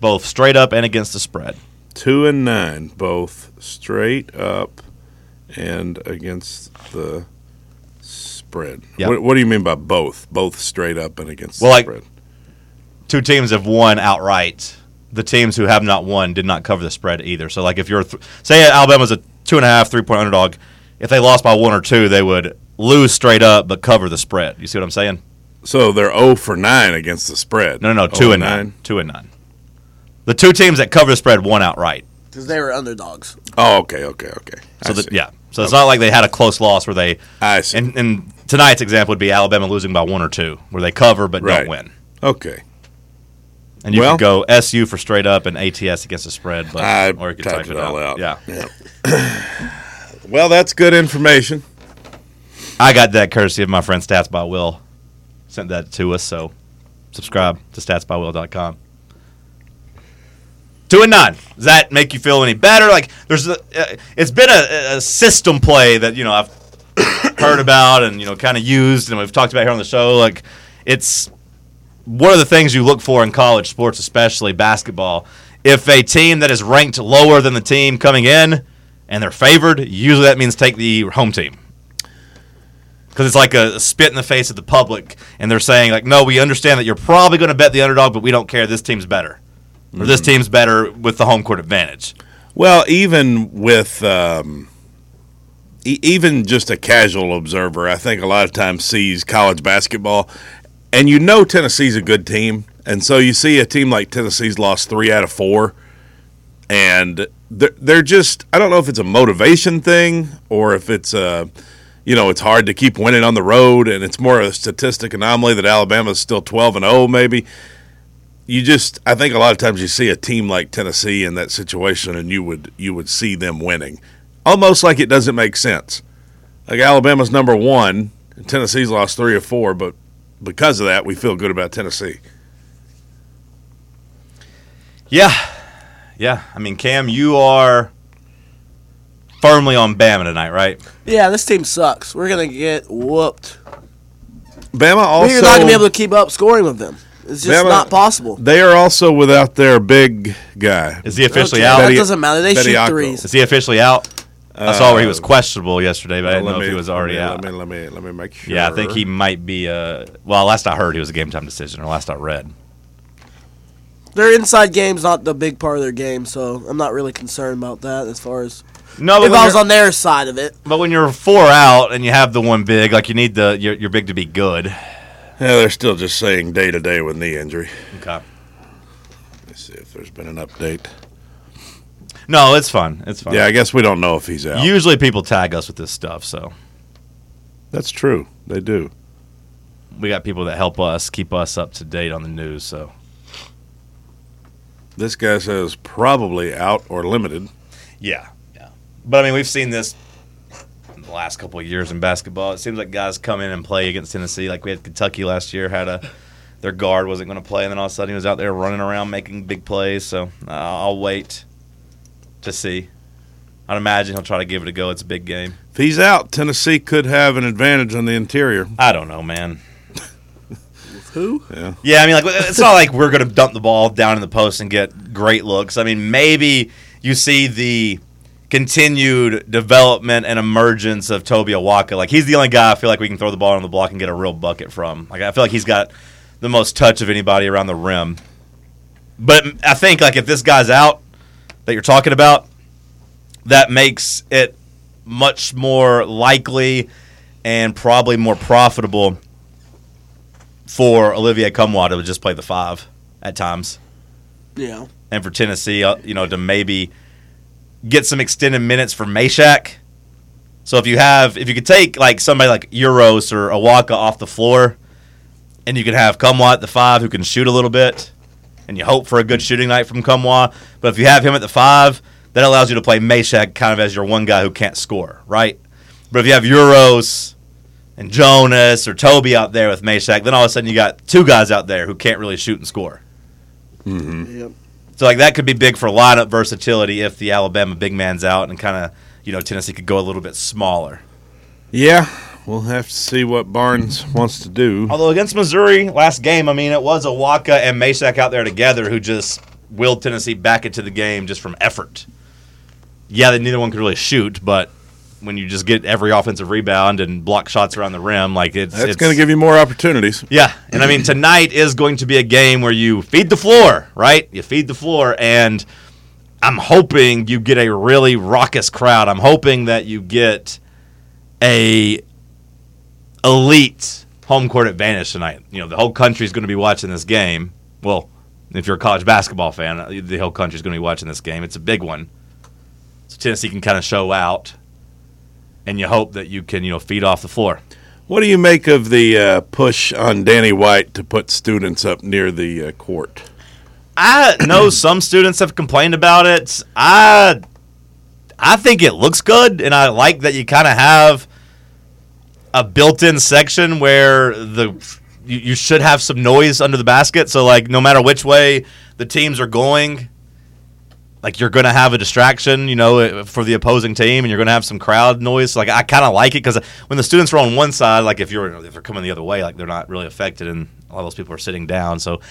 Speaker 5: both straight up and against the spread.
Speaker 6: two and nine, both straight up and against the spread.
Speaker 5: Yeah.
Speaker 6: What, what do you mean by both? Both straight up and against
Speaker 5: Well,
Speaker 6: the
Speaker 5: like-
Speaker 6: spread.
Speaker 5: two teams have won outright. The teams who have not won did not cover the spread either. So, like, if you're th- say Alabama's a two and a half, three point underdog, if they lost by one or two, they would lose straight up but cover the spread. You see what I'm saying?
Speaker 6: So they're zero for nine against the spread.
Speaker 5: No, no, no,
Speaker 6: Oh
Speaker 5: two and nine. two and nine. The two teams that cover the spread won outright.
Speaker 7: Because they were underdogs.
Speaker 6: Oh, okay, okay, okay.
Speaker 5: So,
Speaker 6: I
Speaker 5: that
Speaker 6: see.
Speaker 5: yeah, so it's not like they had a close loss where they.
Speaker 6: I see.
Speaker 5: And, and tonight's example would be Alabama losing by one or two, where they cover but
Speaker 6: Right.
Speaker 5: don't win.
Speaker 6: okay,
Speaker 5: And you
Speaker 6: Well-
Speaker 5: could go SU for straight up and ATS against the spread, but
Speaker 6: I
Speaker 5: or you could
Speaker 6: typed
Speaker 5: type it,
Speaker 6: it all out.
Speaker 5: Yeah.
Speaker 6: well, that's good information.
Speaker 5: I got that courtesy of my friend Stats by Will. Sent that to us, so subscribe to statsbywill.com. Two and nine. Does that make you feel any better? Like there's, a, uh, it's been a, a system play that you know I've heard about and you know kind of used and we've talked about here on the show. Like it's one of the things you look for in college sports, especially basketball. If a team that is ranked lower than the team coming in and they're favored, usually that means take the home team because it's like a spit in the face of the public, and they're saying like, "No, we understand that you're probably going to bet the underdog, but we don't care. This team's better, or this
Speaker 6: Mm-hmm.
Speaker 5: team's better with the home court advantage."
Speaker 6: Well, even with um, e- even just a casual observer, I think a lot of times sees college basketball, and you know Tennessee's a good team, and so you see a team like Tennessee's lost three out of four, and they're, they're just I don't know if it's a motivation thing or if it's a you know it's hard to keep winning on the road, and it's more a statistic anomaly that Alabama's still twelve and zero maybe you just I think a lot of times you see a team like Tennessee in that situation and you would you would see them winning. Almost like it doesn't make sense. Like Alabama's number one. Tennessee's lost three or four, but because of that, we feel good about Tennessee.
Speaker 5: Yeah. Yeah. I mean, Cam, you are firmly on Bama tonight, right?
Speaker 7: Yeah, this team sucks. We're gonna get whooped.
Speaker 6: Bama also
Speaker 7: We're not gonna be able to keep up scoring with them. It's just
Speaker 6: Bama-
Speaker 7: not possible.
Speaker 6: They are also without their big guy.
Speaker 5: Is he officially
Speaker 7: Okay,
Speaker 5: out?
Speaker 7: That
Speaker 6: Betty-
Speaker 7: doesn't matter. They
Speaker 6: Betty
Speaker 7: shoot
Speaker 6: Ocko.
Speaker 7: threes.
Speaker 5: Is he officially out? I saw where he was questionable yesterday, but I
Speaker 6: Uh,
Speaker 5: didn't
Speaker 6: let
Speaker 5: know if
Speaker 6: me-
Speaker 5: he was already
Speaker 6: let me-
Speaker 5: out.
Speaker 6: Let me let me let me make sure.
Speaker 5: yeah, I think he might be. Uh, well, last I heard, he was a game time decision, or last I read.
Speaker 7: Their inside game's not the big part of their game, so I'm not really concerned about that as far as
Speaker 5: No, but
Speaker 7: if I
Speaker 5: when,
Speaker 7: was
Speaker 5: you're,
Speaker 7: on their side of it.
Speaker 5: but when you're four out and you have the one big, like you need the your, your big to be good.
Speaker 6: Yeah, they're still just saying day to day with knee injury.
Speaker 5: Okay.
Speaker 6: Let's see if there's been an update.
Speaker 5: No, it's fun. It's fun.
Speaker 6: Yeah, I guess we don't know if he's out.
Speaker 5: Usually people tag us with this stuff, so
Speaker 6: That's true. They do.
Speaker 5: we got people that help us keep us up to date on the news. So
Speaker 6: This guy says probably out or limited.
Speaker 5: Yeah, yeah. But I mean, we've seen this in the last couple of years in basketball. It seems like guys come in and play against Tennessee. Like we had Kentucky last year, had a their guard wasn't going to play, and then all of a sudden he was out there running around making big plays. So uh, I'll wait to see. I'd imagine he'll try to give it a go. It's a big game.
Speaker 6: If he's out, Tennessee could have an advantage on the interior.
Speaker 5: I don't know, man.
Speaker 7: Who?
Speaker 5: Yeah, I mean, like it's not like we're going to dump the ball down in the post and get great looks. I mean, maybe you see the continued development and emergence of Toby Awaka. Like he's the only guy I feel like we can throw the ball on the block and get a real bucket from. Like I feel like he's got the most touch of anybody around the rim. But I think like if this guy's out that you're talking about, that makes it much more likely and probably more profitable for Olivier Cumwa to just play the five at times,
Speaker 7: Yeah.
Speaker 5: and for Tennessee, uh, you know, to maybe get some extended minutes for Meshack. So if you have, if you could take like somebody like Euros or Awaka off the floor, and you can have Cumwa at the five who can shoot a little bit, and you hope for a good shooting night from Cumwa. But if you have him at the five, that allows you to play Meshack kind of as your one guy who can't score, right? But if you have Euros and Jonas or Toby out there with Meshack, then all of a sudden you got two guys out there who can't really shoot and score.
Speaker 6: Mm-hmm.
Speaker 7: Yep.
Speaker 5: So like that could be big for lineup versatility if the Alabama big man's out and kind of you know Tennessee could go a little bit smaller.
Speaker 6: Yeah, we'll have to see what Barnes wants to do.
Speaker 5: Although against Missouri last game, I mean it was Awaka and Meshack out there together who just willed Tennessee back into the game just from effort. Yeah, that neither one could really shoot, but when you just get every offensive rebound and block shots around the rim, like it's
Speaker 6: That's
Speaker 5: it's-
Speaker 6: going to give you more opportunities.
Speaker 5: Yeah, and I mean tonight is going to be a game where you feed the floor, right? You feed the floor, and I'm hoping you get a really raucous crowd. I'm hoping that you get a elite home court advantage tonight. You know, the whole country's going to be watching this game. Well, if you're a college basketball fan, uh, the whole country's going to be watching this game. It's a big one, so Tennessee can kind of show out, and you hope that you can you know feed off the floor.
Speaker 6: What do you make of the uh, push on Danny White to put students up near the uh, court?
Speaker 5: I know some students have complained about it. I I think it looks good, and I like that you kind of have a built-in section where the you, you should have some noise under the basket. So like, no matter which way the teams are going, like you're going to have a distraction, you know, eh, for the opposing team, and you're going to have some crowd noise. So, like, I kind of like it because when the students are on one side, like if you're if they're coming the other way, like they're not really affected, and a lot of those people are sitting down. So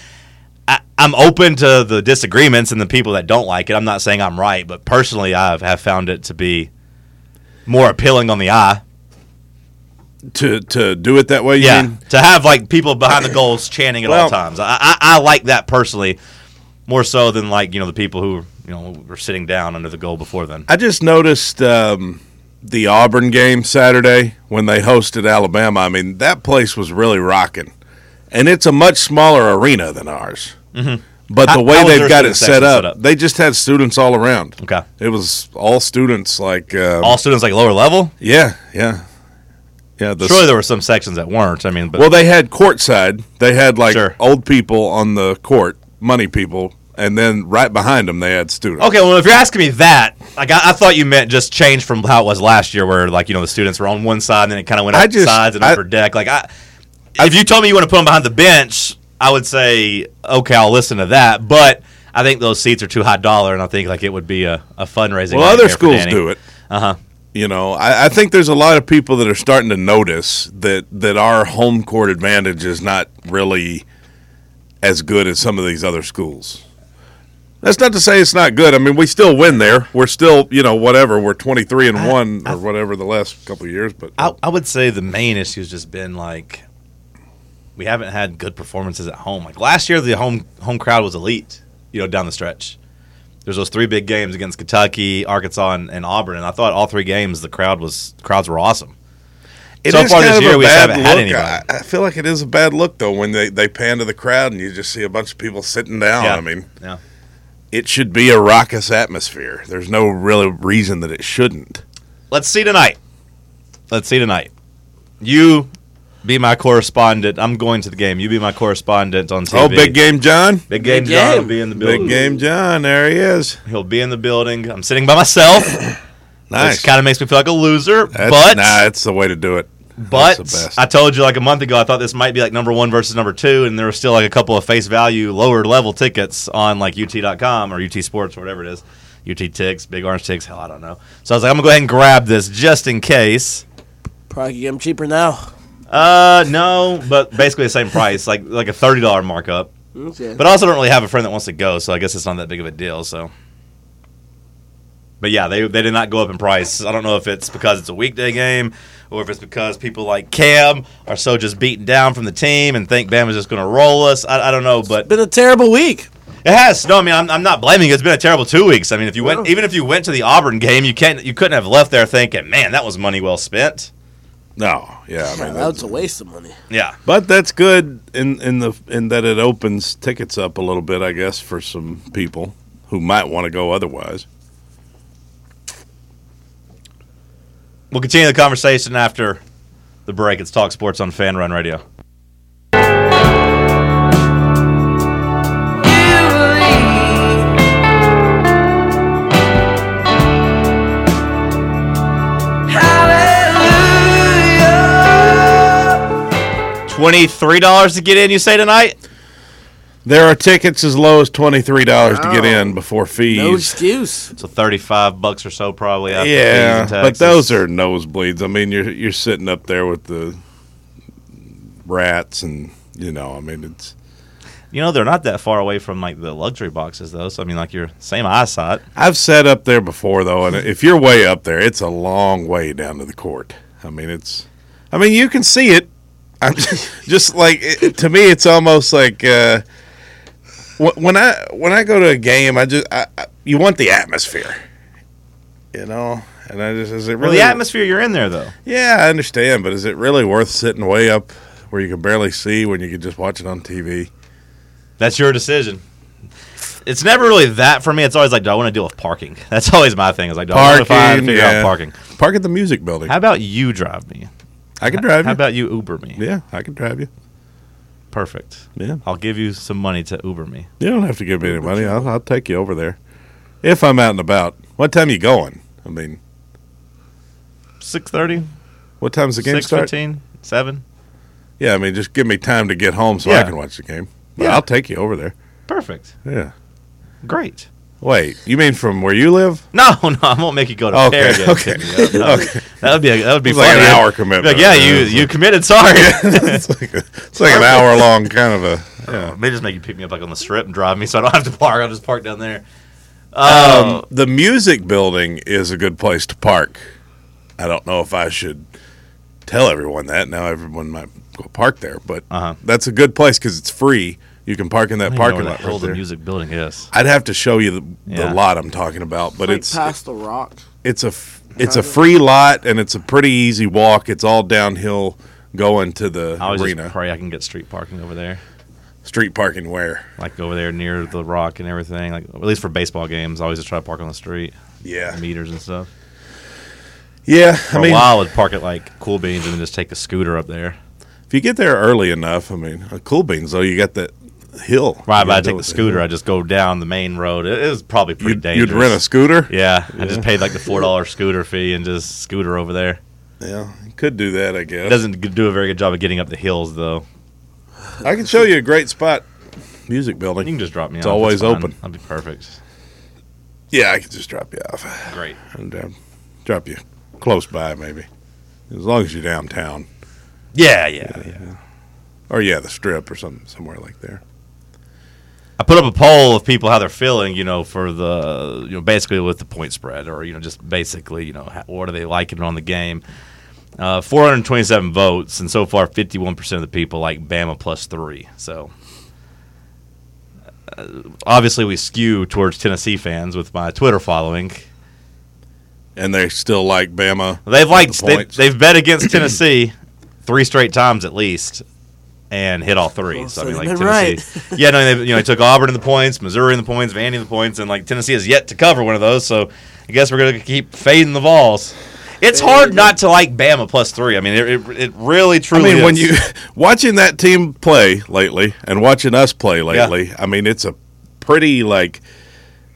Speaker 5: I, I'm open to the disagreements and the people that don't like it. I'm not saying I'm right, but personally, I have found it to be more appealing on the eye.
Speaker 6: To to do it that way? You
Speaker 5: Yeah,
Speaker 6: mean?
Speaker 5: to have like people behind the goals chanting at all
Speaker 6: Well-
Speaker 5: times. I, I I like that personally more so than like you know the people who you know were sitting down under the goal before then.
Speaker 6: I just noticed um, the Auburn game Saturday when they hosted Alabama. I mean, that place was really rocking, and it's a much smaller arena than ours. Mm-hmm. But the
Speaker 5: How-
Speaker 6: way
Speaker 5: how was
Speaker 6: they've
Speaker 5: their
Speaker 6: got it
Speaker 5: student
Speaker 6: set
Speaker 5: section
Speaker 6: up,
Speaker 5: set up?
Speaker 6: they just had students all around.
Speaker 5: Okay,
Speaker 6: It was all students, like uh,
Speaker 5: all students like lower level.
Speaker 6: yeah, yeah, yeah. The,
Speaker 5: Surely there were some sections that weren't. I mean, but
Speaker 6: well, they had courtside. They had like
Speaker 5: Sure.
Speaker 6: old people on the court, money people and then right behind them they had students.
Speaker 5: Okay, well, if you're asking me that, like I, I thought you meant just change from how it was last year, where like you know the students were on one side and then it kind of went
Speaker 6: I
Speaker 5: up
Speaker 6: just-
Speaker 5: sides and
Speaker 6: I-
Speaker 5: upper deck. Like I, if you told me you want to put them behind the bench, I would say okay, I'll listen to that. But I think those seats are too high dollar, and I think like it would be a, a fundraising.
Speaker 6: Well, other
Speaker 5: nightmare for
Speaker 6: schools
Speaker 5: Danny.
Speaker 6: do it. Uh huh. You know, I, I think there's a lot of people that are starting to notice that that our home court advantage is not really as good as some of these other schools. That's not to say it's not good. I mean, we still win there. We're still, you know, whatever. We're 23 and one or whatever the last couple of years. But
Speaker 5: I, I would say the main issue has just been like we haven't had good performances at home. Like last year, the home home crowd was elite. You know, down the stretch, there's those three big games against Kentucky, Arkansas, and, and Auburn, and I thought all three games the crowd was crowds were awesome.
Speaker 6: It
Speaker 5: So
Speaker 6: is
Speaker 5: far
Speaker 6: kind
Speaker 5: this
Speaker 6: of
Speaker 5: year,
Speaker 6: a
Speaker 5: we just
Speaker 6: bad
Speaker 5: haven't had
Speaker 6: look.
Speaker 5: anybody.
Speaker 6: I, I feel like it is a bad look though when they they pan to the crowd and you just see a bunch of people sitting down. I mean,
Speaker 5: yeah.
Speaker 6: it should be a raucous atmosphere. There's no real reason that it shouldn't.
Speaker 5: Let's see tonight. Let's see tonight. You be my correspondent. I'm going to the game. You be my correspondent on TV.
Speaker 6: Oh, big game, John!
Speaker 5: Big game.
Speaker 7: Big
Speaker 5: John
Speaker 7: game.
Speaker 5: will be in the building.
Speaker 6: Big game, John. There he is.
Speaker 5: He'll be in the building. I'm sitting by myself,
Speaker 6: Nice.
Speaker 5: which kind of makes me feel like a loser.
Speaker 6: That's-
Speaker 5: but
Speaker 6: nah, that's the way to do it. That's the
Speaker 5: But
Speaker 6: best.
Speaker 5: I told you like a month ago, I thought this might be like number one versus number two, and there were still like a couple of face value lower level tickets on like UT.com or UT Sports or whatever it is, UT Ticks, Big Orange Ticks. Hell, I don't know. So I was like, I'm gonna go ahead and grab this just in case.
Speaker 7: Probably could get them cheaper now.
Speaker 5: Uh, no, but basically the same price, like like a thirty dollar markup.
Speaker 7: Okay.
Speaker 5: But I also don't really have a friend that wants to go, so I guess it's not that big of a deal. So, but yeah, they they did not go up in price. I don't know if it's because it's a weekday game or if it's because people like Cam are so just beaten down from the team and think Bama's just going to roll us. I, I don't know, but
Speaker 7: Been a terrible week.
Speaker 5: it has. No, I mean I'm, I'm not blaming. you. It's been a terrible two weeks. I mean, if you went, even if you went to the Auburn game, you can't you couldn't have left there thinking, man, that was money well spent.
Speaker 6: No, yeah, I mean,
Speaker 7: That was a waste of money.
Speaker 5: Yeah.
Speaker 6: but that's good in in the in that it opens tickets up a little bit, I guess, for some people who might want to go otherwise.
Speaker 5: We'll continue the conversation after the break. It's Talk Sports on Fan Run Radio. Twenty-three dollars to get in. You say tonight?
Speaker 6: There are tickets as low as twenty three dollars to get in before
Speaker 7: No
Speaker 6: fees.
Speaker 7: excuse.
Speaker 5: So thirty-five bucks or so, probably. After
Speaker 6: yeah,
Speaker 5: fees and
Speaker 6: but
Speaker 5: taxes.
Speaker 6: those are nosebleeds. I mean, you're you're sitting up there with the rats, and you know, I mean, it's
Speaker 5: you know, they're not that far away from like the luxury boxes, though. So I mean, like your same eyesight.
Speaker 6: I've sat up there before though, and if you're way up there, it's a long way down to the court. I mean, it's, I mean, you can see it. I'm just, just like it, to me, it's almost like uh, wh- when I when I go to a game, I just I, I, you want the atmosphere, you know. And I just is it
Speaker 5: Well,
Speaker 6: really
Speaker 5: the atmosphere you're in there, though.
Speaker 6: Yeah, I understand, but is it really worth sitting way up where you can barely see when you could just watch it on TV?
Speaker 5: That's your decision. It's never really that for me. It's always like, do I want to deal with parking? That's always my thing. Is like, do I want to find figure out parking?
Speaker 6: Park at the music building.
Speaker 5: How about you drive me?
Speaker 6: I can drive
Speaker 5: How
Speaker 6: you.
Speaker 5: about you Uber me?
Speaker 6: yeah, I can drive you.
Speaker 5: Perfect.
Speaker 6: Yeah.
Speaker 5: I'll give you some money to Uber me.
Speaker 6: You don't have to give me any money. I'll, I'll take you over there. If I'm out and about. What time you going? I mean,
Speaker 5: Six thirty?
Speaker 6: what time's the game
Speaker 5: Six
Speaker 6: start?
Speaker 5: fifteen? Seven?
Speaker 6: Yeah, I mean, just give me time to get home so I
Speaker 5: Yeah.
Speaker 6: can watch the game. But
Speaker 5: Yeah.
Speaker 6: I'll take you over there.
Speaker 5: Perfect.
Speaker 6: Yeah.
Speaker 5: Great.
Speaker 6: Wait, you mean from where you live?
Speaker 5: No, no, I won't make you go to
Speaker 6: Okay,
Speaker 5: Farragut.
Speaker 6: okay,
Speaker 5: That, would- that would be a, that would be
Speaker 6: It's like
Speaker 5: funny.
Speaker 6: an hour
Speaker 5: Be
Speaker 6: commitment.
Speaker 5: Like, yeah, you
Speaker 6: Yeah.
Speaker 5: you committed. Sorry.
Speaker 6: it's like, a- it's like an hour long kind of a. Yeah.
Speaker 5: They just make you pick me up like on the strip and drive me, so I don't have to park. I'll just park down there.
Speaker 6: Um, the music building is a good place to park. I don't know if I should tell everyone that. Now everyone might go park there, but
Speaker 5: Uh-huh.
Speaker 6: that's a good place because it's free. You can park in that
Speaker 5: I don't even know
Speaker 6: parking
Speaker 5: where
Speaker 6: lot
Speaker 5: the hell
Speaker 6: right
Speaker 5: the
Speaker 6: there.
Speaker 5: music building is.
Speaker 6: I'd have to show you the,
Speaker 5: Yeah.
Speaker 6: the lot I'm talking about, but
Speaker 7: Like
Speaker 6: it's
Speaker 7: past the rock.
Speaker 6: it's a f- it's a free lot and it's a pretty easy walk. It's all downhill going to the
Speaker 5: I always
Speaker 6: arena.
Speaker 5: just pray I can get street parking over there,
Speaker 6: Street parking where?
Speaker 5: like over there near the rock and everything. Like at least for baseball games, I always just try to park on the street,
Speaker 6: Yeah,
Speaker 5: meters and stuff.
Speaker 6: yeah.
Speaker 5: For
Speaker 6: I mean,
Speaker 5: a while, I would park at like Cool Beans and then just take a scooter up there.
Speaker 6: if you get there early enough, I mean, uh, Cool Beans though, you got that hill.
Speaker 5: Right, but I
Speaker 6: You gotta
Speaker 5: take
Speaker 6: go
Speaker 5: the
Speaker 6: up
Speaker 5: scooter. I just go down the main road. It, it was probably
Speaker 6: hill.
Speaker 5: pretty
Speaker 6: You'd,
Speaker 5: dangerous.
Speaker 6: you'd rent a scooter.
Speaker 5: Yeah, I just paid like the four dollar scooter fee and just scooter over there.
Speaker 6: Yeah, you could do that, I
Speaker 5: It
Speaker 6: guess.
Speaker 5: doesn't g- do a very good job of getting up the hills though.
Speaker 6: I can show you a great spot. Music
Speaker 5: You
Speaker 6: building.
Speaker 5: can just drop me
Speaker 6: It's
Speaker 5: off.
Speaker 6: always
Speaker 5: fine.
Speaker 6: open.
Speaker 5: That'd be perfect.
Speaker 6: Yeah, I can just drop you off
Speaker 5: Great.
Speaker 6: and uh, drop you close by, maybe. As long as you're downtown,
Speaker 5: Yeah, yeah, yeah.
Speaker 6: or yeah, the strip or something somewhere like there.
Speaker 5: I put up a poll of people how they're feeling, you know, for the, you know, basically with the point spread or, you know, just basically, you know, how, what are they liking on the game. Uh, 427 votes, and so far 51% of the people like Bama plus three. So uh, obviously we skew towards Tennessee fans with my Twitter following.
Speaker 6: And they still like Bama.
Speaker 5: They've liked,
Speaker 6: the
Speaker 5: they,
Speaker 6: points.
Speaker 5: they've bet against Tennessee three straight times at least. And hit all three.
Speaker 7: Oh, so
Speaker 5: so, I mean,
Speaker 7: they've
Speaker 5: like
Speaker 7: been
Speaker 5: Tennessee, yeah, no, they, you know, they took Auburn in the points, Missouri in the points, Vandy in the points, and like Tennessee has yet to cover one of those. So I guess we're gonna keep fading the balls. It's hard not to like Bama plus three. I mean, it, it, it really
Speaker 6: I
Speaker 5: truly.
Speaker 6: mean, when
Speaker 5: is.
Speaker 6: you watching that team play lately and watching us play lately, I mean, it's a pretty like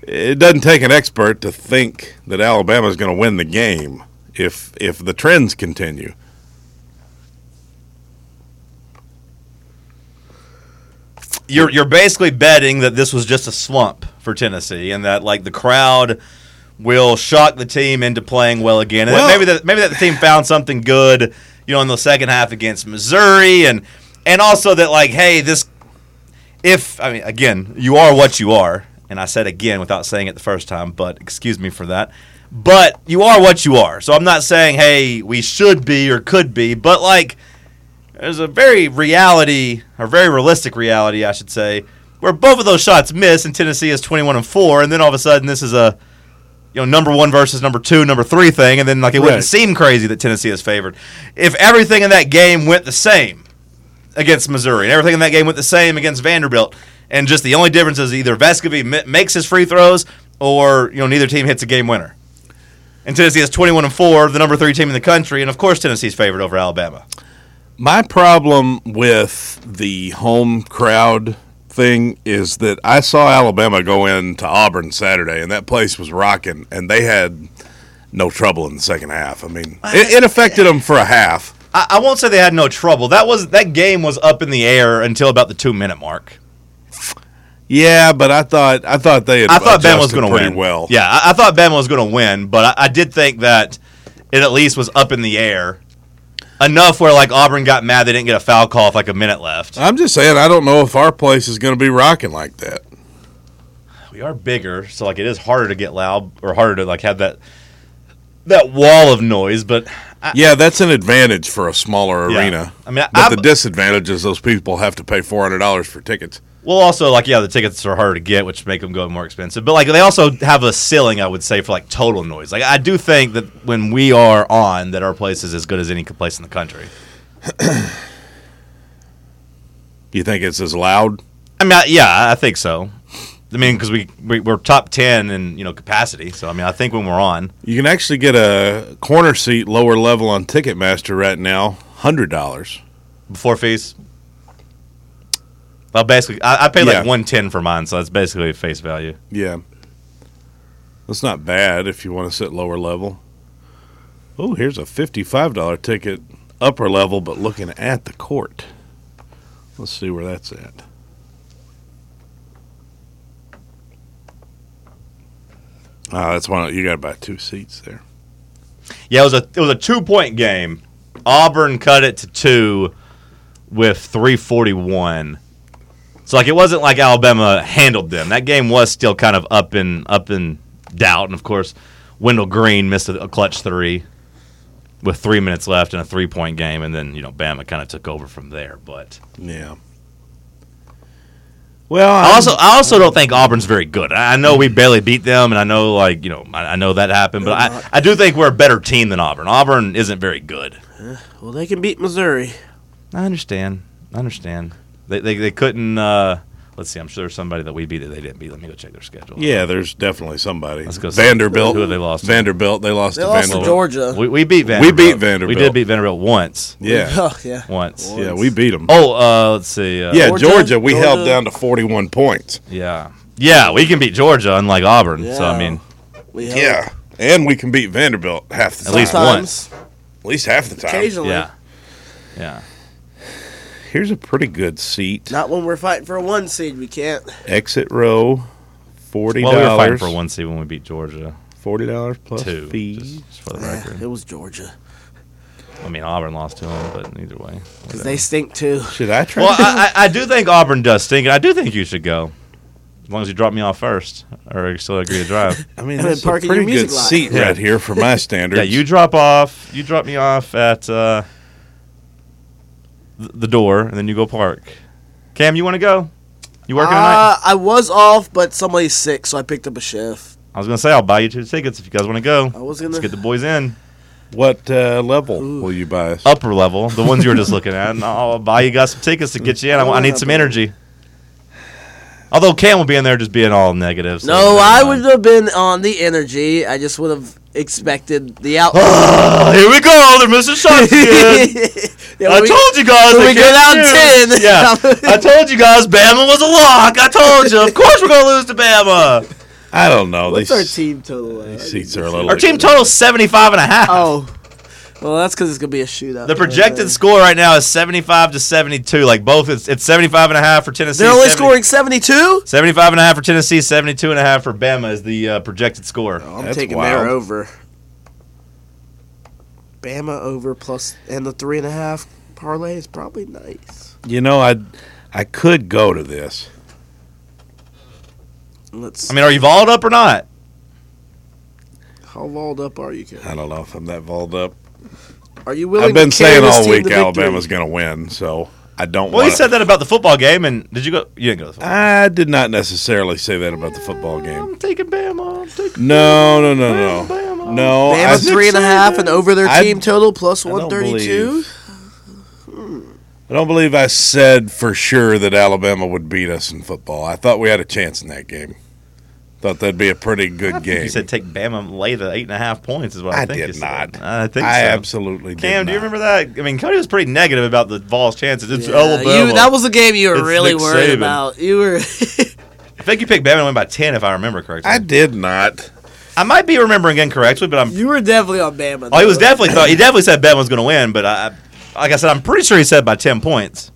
Speaker 6: it doesn't take an expert to think that Alabama's going to win the game if if the trends continue.
Speaker 5: you're you're basically betting that this was just a slump for Tennessee, and that like the crowd will shock the team into playing well again. And that
Speaker 6: Well-
Speaker 5: maybe that maybe that the team found something good, you know, in the second half against Missouri, and and also that like, hey, this if I mean again, you are what you are, and I said again without saying it the first time, but excuse me for that. But you are what you are. So I'm not saying, hey, we should be or could be, but like there's a very reality, or very realistic reality, I should say, where both of those shots miss, and Tennessee is 21 and four, and then all of a sudden this is a you know number one versus number two, number three thing, and then like it wouldn't
Speaker 6: Right.
Speaker 5: seem crazy that Tennessee is favored if everything in that game went the same against Missouri, and everything in that game went the same against Vanderbilt, and just the only difference is either Vescovy mi- makes his free throws or you know neither team hits a game winner. And Tennessee is 21 and 4, the number 3 team in the country, and of course Tennessee's favored over Alabama.
Speaker 6: My problem with the home crowd thing is that I saw Alabama go into Auburn Saturday, and that place was rocking, and they had no trouble in the second half. I mean, it, it affected them for a half.
Speaker 5: I, I won't say they had no trouble. That was that game was up in the air until about the two minute mark.
Speaker 6: Yeah, but I thought I thought they had
Speaker 5: I thought Bama was
Speaker 6: adjusted
Speaker 5: going to
Speaker 6: pretty
Speaker 5: win.
Speaker 6: well.
Speaker 5: yeah, I, I thought Bama was going to win, but I, I did think that it at least was up in the air enough where like Auburn got mad they didn't get a foul call with like a minute left.
Speaker 6: I'm just saying I don't know if our place is going to be rocking like that.
Speaker 5: We are bigger, so like it is harder to get loud or harder to like have that that wall of noise. But I,
Speaker 6: Yeah, that's an advantage for a smaller
Speaker 5: Yeah.
Speaker 6: arena.
Speaker 5: I mean, I-
Speaker 6: but the
Speaker 5: I'm-
Speaker 6: disadvantage is those people have to pay four hundred dollars for tickets.
Speaker 5: well, also like yeah, the tickets are harder to get, which make them go more expensive. But like they also have a ceiling, I would say, for like total noise. Like I do think that when we are on, that our place is as good as any place in the country.
Speaker 6: You think it's as loud?
Speaker 5: I mean, I, yeah, I- I think so. I mean, because we, we we're top ten in you know capacity, so I mean, I think when we're on,
Speaker 6: You can actually get a corner seat lower level on Ticketmaster right now, hundred dollars.
Speaker 5: before fees. Well, basically, I, I paid
Speaker 6: Yeah.
Speaker 5: like one ten for mine, so that's basically face value.
Speaker 6: Yeah, that's not bad if you want to sit lower level. Oh, here's a fifty-five dollar ticket, upper level, but looking at the court. Let's see where that's at. Ah, that's one. You got to buy two seats there.
Speaker 5: Yeah, it was a it was a two point game. Auburn cut it to two with three forty one. So like it wasn't like Alabama handled them. That game was still kind of up in up in doubt, and of course, Wendell Green missed a, a clutch three with three minutes left in a three point game, and then you know Bama kind of took over from there. But
Speaker 6: Yeah. Well,
Speaker 5: I
Speaker 6: I'm-
Speaker 5: also I also don't think Auburn's very good. I I know we barely beat them, and I know like you know I, I know that happened, but I, I do think we're a better team than Auburn. Auburn isn't very good.
Speaker 7: Well, they can beat Missouri.
Speaker 5: I understand. I understand. They they, they couldn't. Uh, Let's see. I'm sure there's somebody that we beat that they didn't beat. Let me go check their schedule.
Speaker 6: Yeah, there's definitely somebody.
Speaker 5: Let's go see
Speaker 6: Vanderbilt.
Speaker 5: who have they lost to.
Speaker 6: Vanderbilt. They lost
Speaker 7: They
Speaker 6: to
Speaker 7: lost to
Speaker 6: Vanderbilt.
Speaker 7: Georgia.
Speaker 5: We, we beat Vanderbilt.
Speaker 6: beat Vanderbilt.
Speaker 5: We did beat Vanderbilt once.
Speaker 6: Yeah.
Speaker 7: Oh, yeah.
Speaker 5: Once.
Speaker 6: Yeah, we beat them.
Speaker 5: Oh, uh, let's see. Uh,
Speaker 6: yeah,
Speaker 7: Georgia?
Speaker 6: Georgia, we
Speaker 7: Georgia.
Speaker 6: held down to 41 points.
Speaker 5: Yeah. Yeah, we can beat Georgia, unlike Auburn. So, I
Speaker 7: Yeah.
Speaker 5: mean,
Speaker 7: We held-
Speaker 6: Yeah. And we can beat Vanderbilt half the
Speaker 5: at
Speaker 6: time.
Speaker 5: least
Speaker 7: Sometimes.
Speaker 5: once.
Speaker 6: at least half the time.
Speaker 7: Occasionally.
Speaker 5: Yeah. Yeah.
Speaker 6: Here's a pretty good seat.
Speaker 7: Not when we're fighting for a one seed. We can't.
Speaker 6: Exit row, forty
Speaker 5: Well,
Speaker 6: dollars.
Speaker 5: we were fighting for one seed when we beat Georgia.
Speaker 6: Forty dollars plus
Speaker 5: Two.
Speaker 6: fees.
Speaker 5: Just, just for the
Speaker 7: It
Speaker 5: record.
Speaker 7: was Georgia.
Speaker 5: I mean, Auburn lost to them, but either way.
Speaker 7: Because they stink too.
Speaker 6: Should I try?
Speaker 5: Well,
Speaker 6: to-
Speaker 5: I, I I do think Auburn does stink, and I do think you should go. As long as you drop me off first, or you still agree to drive.
Speaker 6: I mean,
Speaker 7: I'm
Speaker 6: that's a
Speaker 7: parking
Speaker 6: pretty
Speaker 7: your music
Speaker 6: good
Speaker 7: lot.
Speaker 6: seat
Speaker 5: Yeah.
Speaker 6: right here for my standards.
Speaker 5: yeah, you drop off. You drop me off at uh, th- the door, and then you go park. Cam, you want to go? You working tonight?
Speaker 7: Uh, I was off, but somebody's sick, so I picked up a shift.
Speaker 5: I was gonna say I'll buy you two tickets if you guys want to go.
Speaker 7: I was
Speaker 5: Let's
Speaker 7: gonna.
Speaker 5: get the boys in.
Speaker 6: What uh, level will you buy us?
Speaker 5: Upper level, the ones you were just looking at, and I'll buy you guys some tickets to get you in. I, I need some energy. Although Cam will be in there just being all negative. so uh,
Speaker 7: no,
Speaker 5: never
Speaker 7: I
Speaker 5: mind.
Speaker 7: would have been on the energy. I just would have expected the outcome.
Speaker 5: Oh, here we go. They're missing shots again. I told you guys.
Speaker 7: when
Speaker 5: they
Speaker 7: we go down
Speaker 5: can't choose.
Speaker 7: 10.
Speaker 5: Yeah. I told you guys Bama was a lock. I told you. Of course we're going to lose to Bama.
Speaker 6: I don't know.
Speaker 7: What's
Speaker 6: These
Speaker 7: our team total? at?
Speaker 6: Seats are a little.
Speaker 5: Our team total 75 and a half.
Speaker 7: Oh, well, that's because it's gonna be a shootout.
Speaker 5: The projected score right now is 75 to 72. Like both it's, it's 75 and a half for Tennessee.
Speaker 7: They're only
Speaker 5: 70
Speaker 7: scoring seventy-two.
Speaker 5: 75 and a half for Tennessee, 72 and a half for Bama is the uh, projected score.
Speaker 7: I'm
Speaker 6: That's
Speaker 7: taking
Speaker 6: wild.
Speaker 7: their over. Bama over plus and the three and a half parlay is probably nice.
Speaker 6: You know, I I could go to this.
Speaker 7: Let's.
Speaker 5: I mean, are you balled up or not?
Speaker 7: how walled up are you? Kevin?
Speaker 6: I don't know if I'm that balled up.
Speaker 7: Are you willing?
Speaker 6: I've been
Speaker 7: to carry
Speaker 6: saying
Speaker 7: this
Speaker 6: all
Speaker 7: team
Speaker 6: week
Speaker 7: to victory?
Speaker 6: Alabama's going to win, so I don't.
Speaker 5: Well,
Speaker 6: wanna,
Speaker 5: you said that about the football game, and did you go? You didn't go. To the football.
Speaker 6: I did not necessarily say that about the football game.
Speaker 5: I'm taking Bama. I'm taking
Speaker 6: No, no, no, no, no. I-
Speaker 7: Bama three and a half and over their
Speaker 6: I-
Speaker 7: team total plus
Speaker 6: I don't
Speaker 7: one thirty-two.
Speaker 6: believe- I don't believe I said for sure that Alabama would beat us in football. I thought we had a chance in that game. Thought that'd be a pretty good
Speaker 5: I think
Speaker 6: game.
Speaker 5: You said take Bama lay the eight and a half points is what I,
Speaker 6: I
Speaker 5: think you
Speaker 6: did
Speaker 5: said.
Speaker 6: not.
Speaker 5: I think
Speaker 6: I
Speaker 5: so.
Speaker 6: absolutely did.
Speaker 5: Cam, do you
Speaker 6: not.
Speaker 5: remember that? I mean, Cody was pretty negative about the Vols' chances. It's
Speaker 7: Yeah,
Speaker 5: Alabama.
Speaker 7: uh, You, that was the game you were
Speaker 5: It's
Speaker 7: really
Speaker 5: Nick
Speaker 7: worried
Speaker 5: Saban.
Speaker 7: about. You were.
Speaker 5: I think you picked Bama to win by ten, if I remember correctly.
Speaker 6: I
Speaker 5: I,
Speaker 6: did not.
Speaker 5: might be remembering incorrectly, but I'm.
Speaker 7: you were definitely on Bama.
Speaker 5: Oh, he
Speaker 7: though.
Speaker 5: was definitely thought he definitely said Bama was going to win, but I, I- like I said, I'm pretty sure he said by ten points.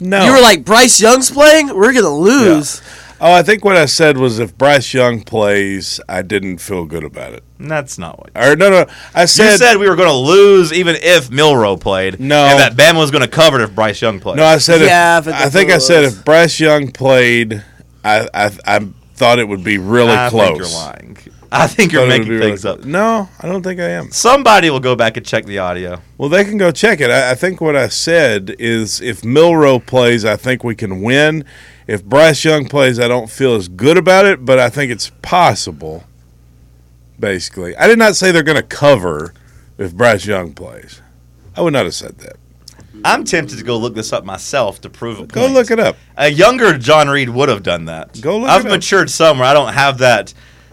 Speaker 6: No.
Speaker 7: You were like Bryce Young's playing. We're gonna lose.
Speaker 6: oh, I think what I said was if Bryce Young plays, I didn't feel good about it.
Speaker 5: And that's not what.
Speaker 6: Or no, no, I
Speaker 5: You
Speaker 6: said.
Speaker 5: said, we were going to lose even if Milrow played.
Speaker 6: No.
Speaker 5: And that Bama was going to cover it if Bryce Young played.
Speaker 6: no, I said.
Speaker 7: Yeah,
Speaker 6: if,
Speaker 7: but
Speaker 6: I
Speaker 7: that's
Speaker 6: think
Speaker 7: what
Speaker 6: I
Speaker 7: it
Speaker 6: said
Speaker 7: was.
Speaker 6: if Bryce Young played, I, I, I thought it would be really
Speaker 5: I
Speaker 6: close.
Speaker 5: think you're lying. I think you're
Speaker 6: Thought it would
Speaker 5: making
Speaker 6: be really
Speaker 5: things
Speaker 6: close.
Speaker 5: up.
Speaker 6: No, I don't think I am.
Speaker 5: Somebody will go back and check the audio.
Speaker 6: Well, they can go check it. I, I think what I said is if Milrow plays, I think we can win. If Bryce Young plays, I don't feel as good about it, but I think it's possible. Basically, I did not say they're going to cover if Bryce Young plays. I would not have said that.
Speaker 5: I'm tempted to go look this up myself to prove a point.
Speaker 6: Go look it up.
Speaker 5: A younger John Reed would have done that.
Speaker 6: Go look
Speaker 5: I've
Speaker 6: it up.
Speaker 5: matured some where I don't have that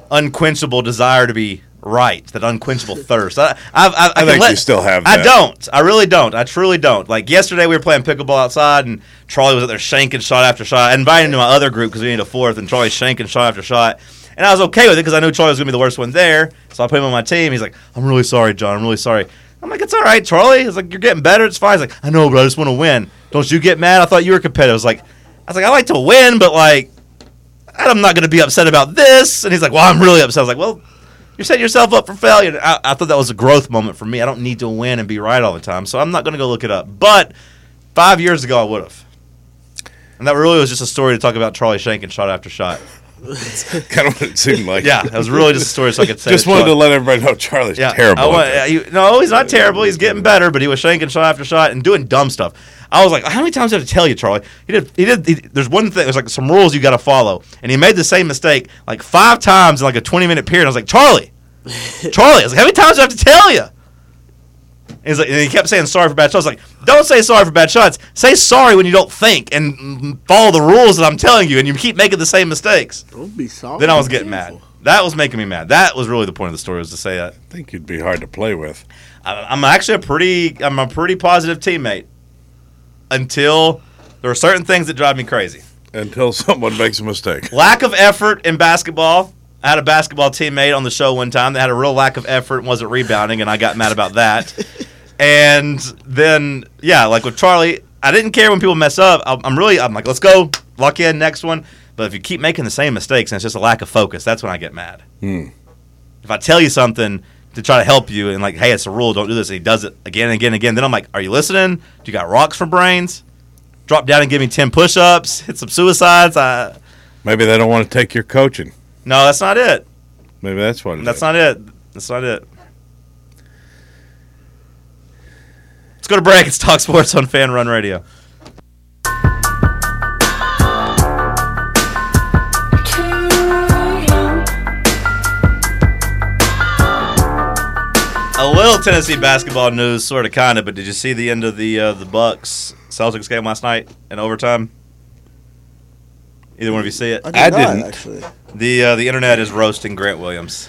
Speaker 5: unquenchable desire to be right, that unquenchable thirst. I, I've, I, I, can
Speaker 6: think
Speaker 5: let-
Speaker 6: you still have
Speaker 5: I
Speaker 6: that.
Speaker 5: don't. I really don't. I truly don't. Like yesterday, we were playing pickleball outside, and Charlie was out there shanking shot after shot. I invited him to my other group because we needed a fourth, and Charlie shanking shot after shot. And I was okay with it because I knew Charlie was going to be the worst one there. So I put him on my team. He's like, I'm really sorry, John. I'm really sorry. I'm like, it's all right, Charlie. He's like, you're getting better. It's fine. He's like, I know, but I just want to win. Don't you get mad? I thought you were competitive. I was like, I was like, I like to win, but like, I'm not going to be upset about this. And he's like, Well, I'm really upset. I was like, Well, you're setting yourself up for failure. I, I thought that was a growth moment for me. I don't need to win and be right all the time. So I'm not going to go look it up. But five years ago, I would have. And that really was just a story to talk about Charlie Shankin shot after shot.
Speaker 6: Kind of what it seemed like.
Speaker 5: Yeah, that was really just a story so I could say.
Speaker 6: Just
Speaker 5: to
Speaker 6: wanted to
Speaker 5: Charlie.
Speaker 6: let everybody know Charlie's
Speaker 5: Yeah,
Speaker 6: terrible.
Speaker 5: I wa-
Speaker 6: at
Speaker 5: yeah, you- no, he's not terrible. He's getting better, but he was shanking shot after shot and doing dumb stuff. I was like, how many times do I have to tell you, Charlie? He did. He did. He, there's one thing. There's like some rules you got to follow, and he made the same mistake like five times in like a 20 minute period. I was like, Charlie, Charlie. I was like, how many times do I have to tell you? He's like, and he kept saying sorry for bad shots. I was like, don't say sorry for bad shots. Say sorry when you don't think and mm, follow the rules that I'm telling you, and you keep making the same mistakes.
Speaker 8: Don't be soft.
Speaker 5: Then I was getting mad. That was making me mad. That was really the point of the story was to say uh, that.
Speaker 6: I think you'd be hard to play with.
Speaker 5: I- I'm actually a pretty I'm a pretty positive teammate until there are certain things that drive me crazy.
Speaker 6: Until someone makes a mistake.
Speaker 5: Lack of effort in basketball. I had a basketball teammate on the show one time that had a real lack of effort and wasn't rebounding, and I got mad about that. and then, yeah, like with Charlie, I didn't care when people mess up. I'm, I'm really, I'm like, let's go, lock in, next one. But if you keep making the same mistakes and it's just a lack of focus, that's when I get mad. If I tell you something to try to help you and like, hey, it's a rule, don't do this, and he does it again and again and again, then I'm like, are you listening? Do you got rocks for brains? Drop down and give me 10 push ups, hit some suicides. I,
Speaker 6: Maybe they don't want to take your coaching.
Speaker 5: no, that's not it.
Speaker 6: Maybe that's what it
Speaker 5: That's
Speaker 6: is.
Speaker 5: not it. That's not it. Let's go to break. It's Talk Sports on Fan Run Radio. A little Tennessee basketball news, sort of, kind of. But did you see the end of the uh, the Bucks Celtics game last night in overtime? Either one of you see it?
Speaker 7: did
Speaker 6: I
Speaker 7: not,
Speaker 6: didn't.
Speaker 7: actually.
Speaker 5: The uh, the internet is roasting Grant Williams.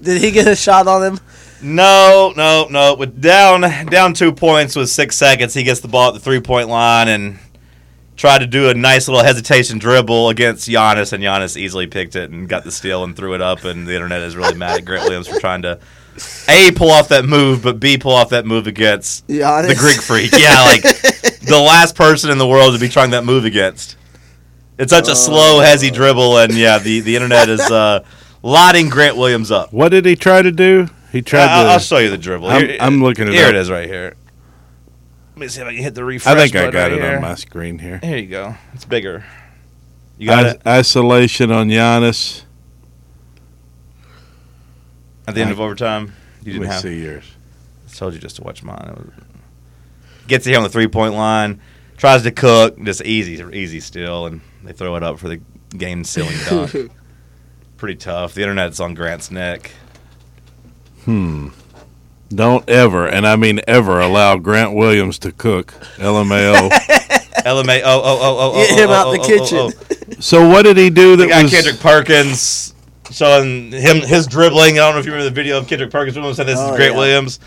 Speaker 7: Did he get a shot on him?
Speaker 5: No, no, no. With down down two points with six seconds, he gets the ball at the three point line and tried to do a nice little hesitation dribble against Giannis, and Giannis easily picked it and got the steal and threw it up. And the internet is really mad at Grant Williams for trying to a pull off that move, but b pull off that move against
Speaker 7: Giannis.
Speaker 5: the Greek freak. Yeah, like the last person in the world to be trying that move against. It's such a slow, hezzy dribble, and yeah, the the internet is uh, lauding Grant Williams up.
Speaker 6: What did he try to do? He tried
Speaker 5: I- I'll,
Speaker 6: to.
Speaker 5: I'll show you the dribble.
Speaker 6: I'm-
Speaker 5: Here-
Speaker 6: I'm looking it
Speaker 5: Here
Speaker 6: up.
Speaker 5: it is right here. Let me see if I can hit the refresh.
Speaker 6: I think I
Speaker 5: button
Speaker 6: got
Speaker 5: right
Speaker 6: it
Speaker 5: here.
Speaker 6: on my screen here.
Speaker 5: Here you go. It's bigger. You got
Speaker 6: Is-
Speaker 5: it
Speaker 6: Isolation on Giannis.
Speaker 5: at the end of overtime. You
Speaker 6: Let
Speaker 5: didn't
Speaker 6: me
Speaker 5: have.
Speaker 6: see yours.
Speaker 5: I told you just to watch mine. It was- Gets it here on the three point line. Tries to cook. Just easy, easy still, and they throw it up for the game sealing dunk. Pretty tough. The internet's on Grant's neck.
Speaker 6: Don't ever, and I mean ever, allow Grant Williams to cook. LMAO.
Speaker 5: LMA. Oh oh oh oh.
Speaker 7: Get
Speaker 5: oh,
Speaker 7: him
Speaker 5: oh,
Speaker 7: out
Speaker 5: oh,
Speaker 7: the
Speaker 5: oh, oh,
Speaker 7: kitchen.
Speaker 5: oh.
Speaker 6: so what did he do that
Speaker 5: They got
Speaker 6: was?
Speaker 5: Kendrick Perkins showing him his dribbling. I don't know if you remember the video of Kendrick Perkins when said this
Speaker 7: Oh,
Speaker 5: is Great
Speaker 7: yeah.
Speaker 5: Williams.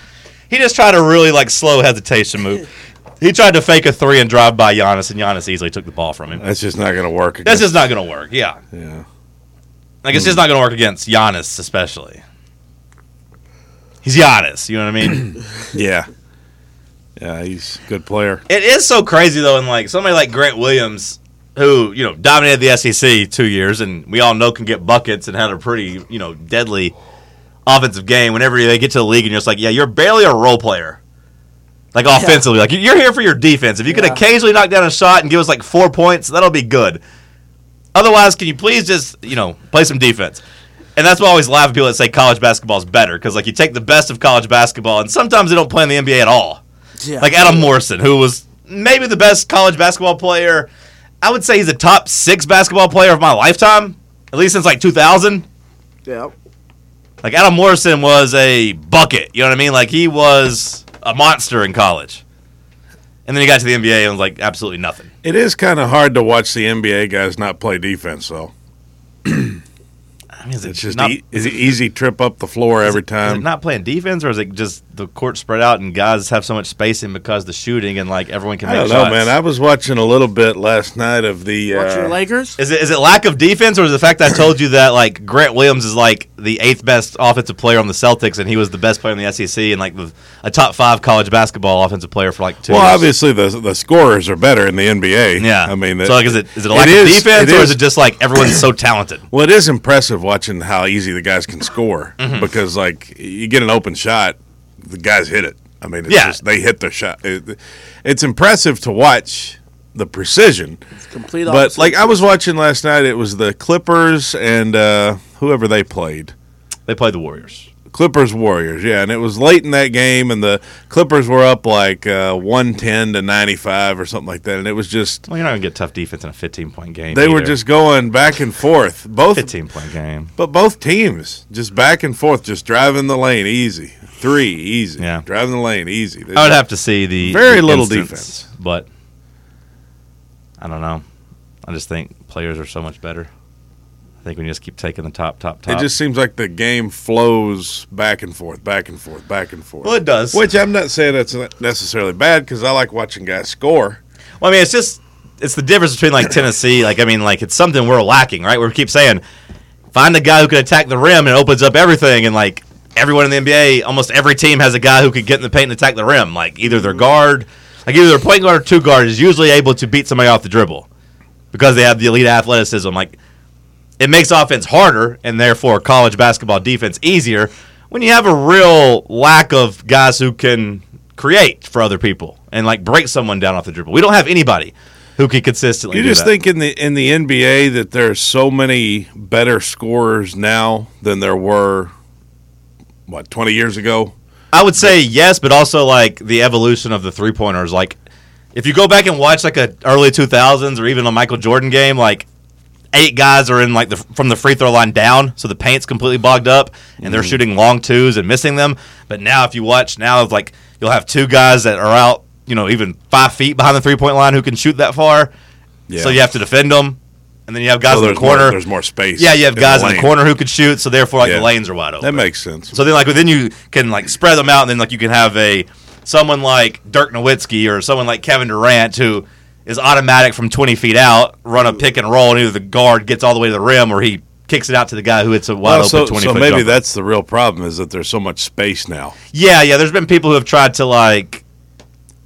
Speaker 5: He just tried a really like slow hesitation move. He tried to fake a three and drive by Giannis, and Giannis easily took the ball from him.
Speaker 6: That's just not going to work.
Speaker 5: That's
Speaker 6: against-
Speaker 5: just not going to work. Yeah,
Speaker 6: Yeah.
Speaker 5: like it's just not going to work against Giannis, especially. He's Giannis. You know what I mean?
Speaker 6: Yeah. Yeah, he's a good player.
Speaker 5: It is so crazy though, and like somebody like Grant Williams, who you know dominated the SEC two years, and we all know can get buckets and had a pretty you know deadly offensive game. Whenever they get to the league, and you're just like, yeah, you're barely a role player. Like offensively, like you're here for your defense. If you can
Speaker 7: Yeah.
Speaker 5: occasionally knock down a shot and give us like four points, that'll be good. Otherwise, can you please just you know play some defense? And that's why I always laugh at people that say college basketball is better because like you take the best of college basketball, and sometimes they don't play in the NBA at all.
Speaker 7: Yeah.
Speaker 5: Like Adam Morrison, who was maybe the best college basketball player. I would say he's a top six basketball player of my lifetime, at least since like 2000.
Speaker 8: Yeah.
Speaker 5: Like Adam Morrison was a bucket. You know what I mean? Like he was a monster in college. And then he got to the NBA and was like absolutely nothing.
Speaker 6: It is kind of hard to watch the NBA guys not play defense, though.
Speaker 5: I mean, is it
Speaker 6: It's just
Speaker 5: not,
Speaker 6: e- um, is it easy trip up the floor every
Speaker 5: is
Speaker 6: time.
Speaker 5: it not playing defense, or is it just the court spread out and guys have so much spacing because the shooting and like everyone can
Speaker 6: I
Speaker 5: make
Speaker 6: don't know,
Speaker 5: shots?
Speaker 6: man. I was watching a little bit last night of the.
Speaker 8: Watch your
Speaker 6: Uh,
Speaker 8: Lakers.
Speaker 5: Is it is it lack of defense or is it the fact that I told you that like Grant Williams is like the eighth best offensive player on the Celtics and he was the best player in the SEC and like the, a top five college basketball offensive player for like two.
Speaker 6: well,
Speaker 5: years?
Speaker 6: obviously the the scorers are better in the NBA.
Speaker 5: yeah.
Speaker 6: I mean,
Speaker 5: so like, is it is it a lack of
Speaker 6: is-
Speaker 5: defense or is
Speaker 6: is-
Speaker 5: it just like everyone's so talented?
Speaker 6: Well, it is impressive watching how easy the guys can score
Speaker 5: Mm-hmm.
Speaker 6: because, like, you get an open shot, the guys hit it. I mean, it's
Speaker 5: Yeah.
Speaker 6: just, they hit their shot. It- it's impressive to watch the precision.
Speaker 7: Complete
Speaker 6: But, like, I was watching last night, it was the Clippers and uh, whoever they played.
Speaker 5: They played the Warriors.
Speaker 6: Clippers Warriors, yeah, and it was late in that game, and the Clippers were up like uh, one ten to ninety five or something like that, and it was just
Speaker 5: Well, you're not gonna get tough defense in a 15 point game.
Speaker 6: they were
Speaker 5: either.
Speaker 6: just going back and forth, both
Speaker 5: 15 point game.
Speaker 6: but both teams just back and forth, just driving the lane easy, three easy,
Speaker 5: Yeah.
Speaker 6: driving the lane easy.
Speaker 5: I would have to see the
Speaker 6: Very
Speaker 5: the
Speaker 6: little defense.
Speaker 5: but I don't know. I just think players are so much better. I think we just keep taking the top, top, top.
Speaker 6: It just seems like the game flows back and forth, back and forth, back and forth.
Speaker 5: well, it does.
Speaker 6: Which I'm not saying that's necessarily bad because I like watching guys score.
Speaker 5: Well, I mean, it's just it's the difference between like Tennessee. Like, I mean, like it's something we're lacking, right? We keep saying find a guy who can attack the rim and it opens up everything, and like everyone in the NBA, almost every team has a guy who could get in the paint and attack the rim. Like either
Speaker 6: Mm.
Speaker 5: their guard, like either their point guard or two guard is usually able to beat somebody off the dribble because they have the elite athleticism. Like it makes offense harder and therefore college basketball defense easier when you have a real lack of guys who can create for other people and like break someone down off the dribble. We don't have anybody who can consistently.
Speaker 6: You
Speaker 5: do
Speaker 6: just
Speaker 5: that.
Speaker 6: think in the in the NBA that there's so many better scorers now than there were what 20 years ago.
Speaker 5: I would say yes, but also like the evolution of the three pointers. Like if you go back and watch like a early two thousands or even a Michael Jordan game, like eight guys are in like the from the free throw line down, so the paint's completely bogged up, and
Speaker 6: Mm-hmm.
Speaker 5: they're shooting long twos and missing them. But now, if you watch now, it's like you'll have two guys that are out, you know, even five feet behind the three point line who can shoot that far.
Speaker 6: Yeah.
Speaker 5: So you have to defend them, and then you have guys
Speaker 6: So
Speaker 5: in
Speaker 6: there's
Speaker 5: the corner.
Speaker 6: more, there's more space.
Speaker 5: yeah, you have guys in
Speaker 6: lane.
Speaker 5: the corner who can shoot, so therefore like
Speaker 6: Yeah.
Speaker 5: the lanes are wide open.
Speaker 6: That makes sense.
Speaker 5: So then, like, then you can like spread them out, and then like you can have a someone like Dirk Nowitzki or someone like Kevin Durant who is automatic from 20 feet out, run a pick and roll, and either the guard gets all the way to the rim or he kicks it out to the guy who hits a wide
Speaker 6: Well,
Speaker 5: open
Speaker 6: so,
Speaker 5: 20
Speaker 6: so
Speaker 5: foot
Speaker 6: maybe
Speaker 5: jumper.
Speaker 6: that's the real problem is that there's so much space now.
Speaker 5: Yeah, yeah. There's been people who have tried to like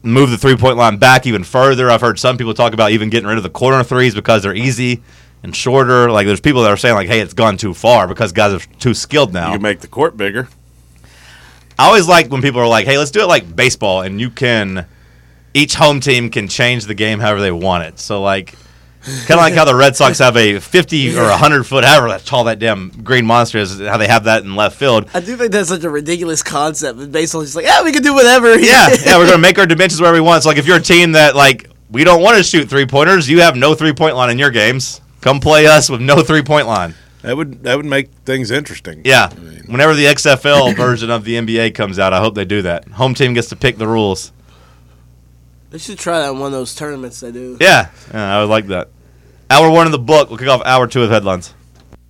Speaker 5: move the three point line back even further. I've heard some people talk about even getting rid of the corner threes because they're easy and shorter. Like there's people that are saying like, hey, it's gone too far because guys are too skilled now.
Speaker 6: You can make the court bigger.
Speaker 5: I always like when people are like, "Hey, let's do it like baseball," and you can each home team can change the game however they want it. So like, kind of like how the Red Sox have a fifty or hundred foot, however that tall that damn green monster is, how they have that in left field.
Speaker 7: I do think that's such a ridiculous concept. But basically, just like, yeah, we can do whatever.
Speaker 5: Yeah, yeah, we're gonna make our dimensions wherever we want. So like, if you're a team that like we don't want to shoot three pointers, you have no three point line in your games. Come play us with no three point line.
Speaker 6: That would that would make things interesting.
Speaker 5: Yeah. Whenever the XFL version of the NBA comes out, I hope they do that. Home team gets to pick the rules.
Speaker 7: They should try that in one of those tournaments they do.
Speaker 5: Yeah, yeah I would like that. Hour one of the book. We'll kick off hour two with headlines.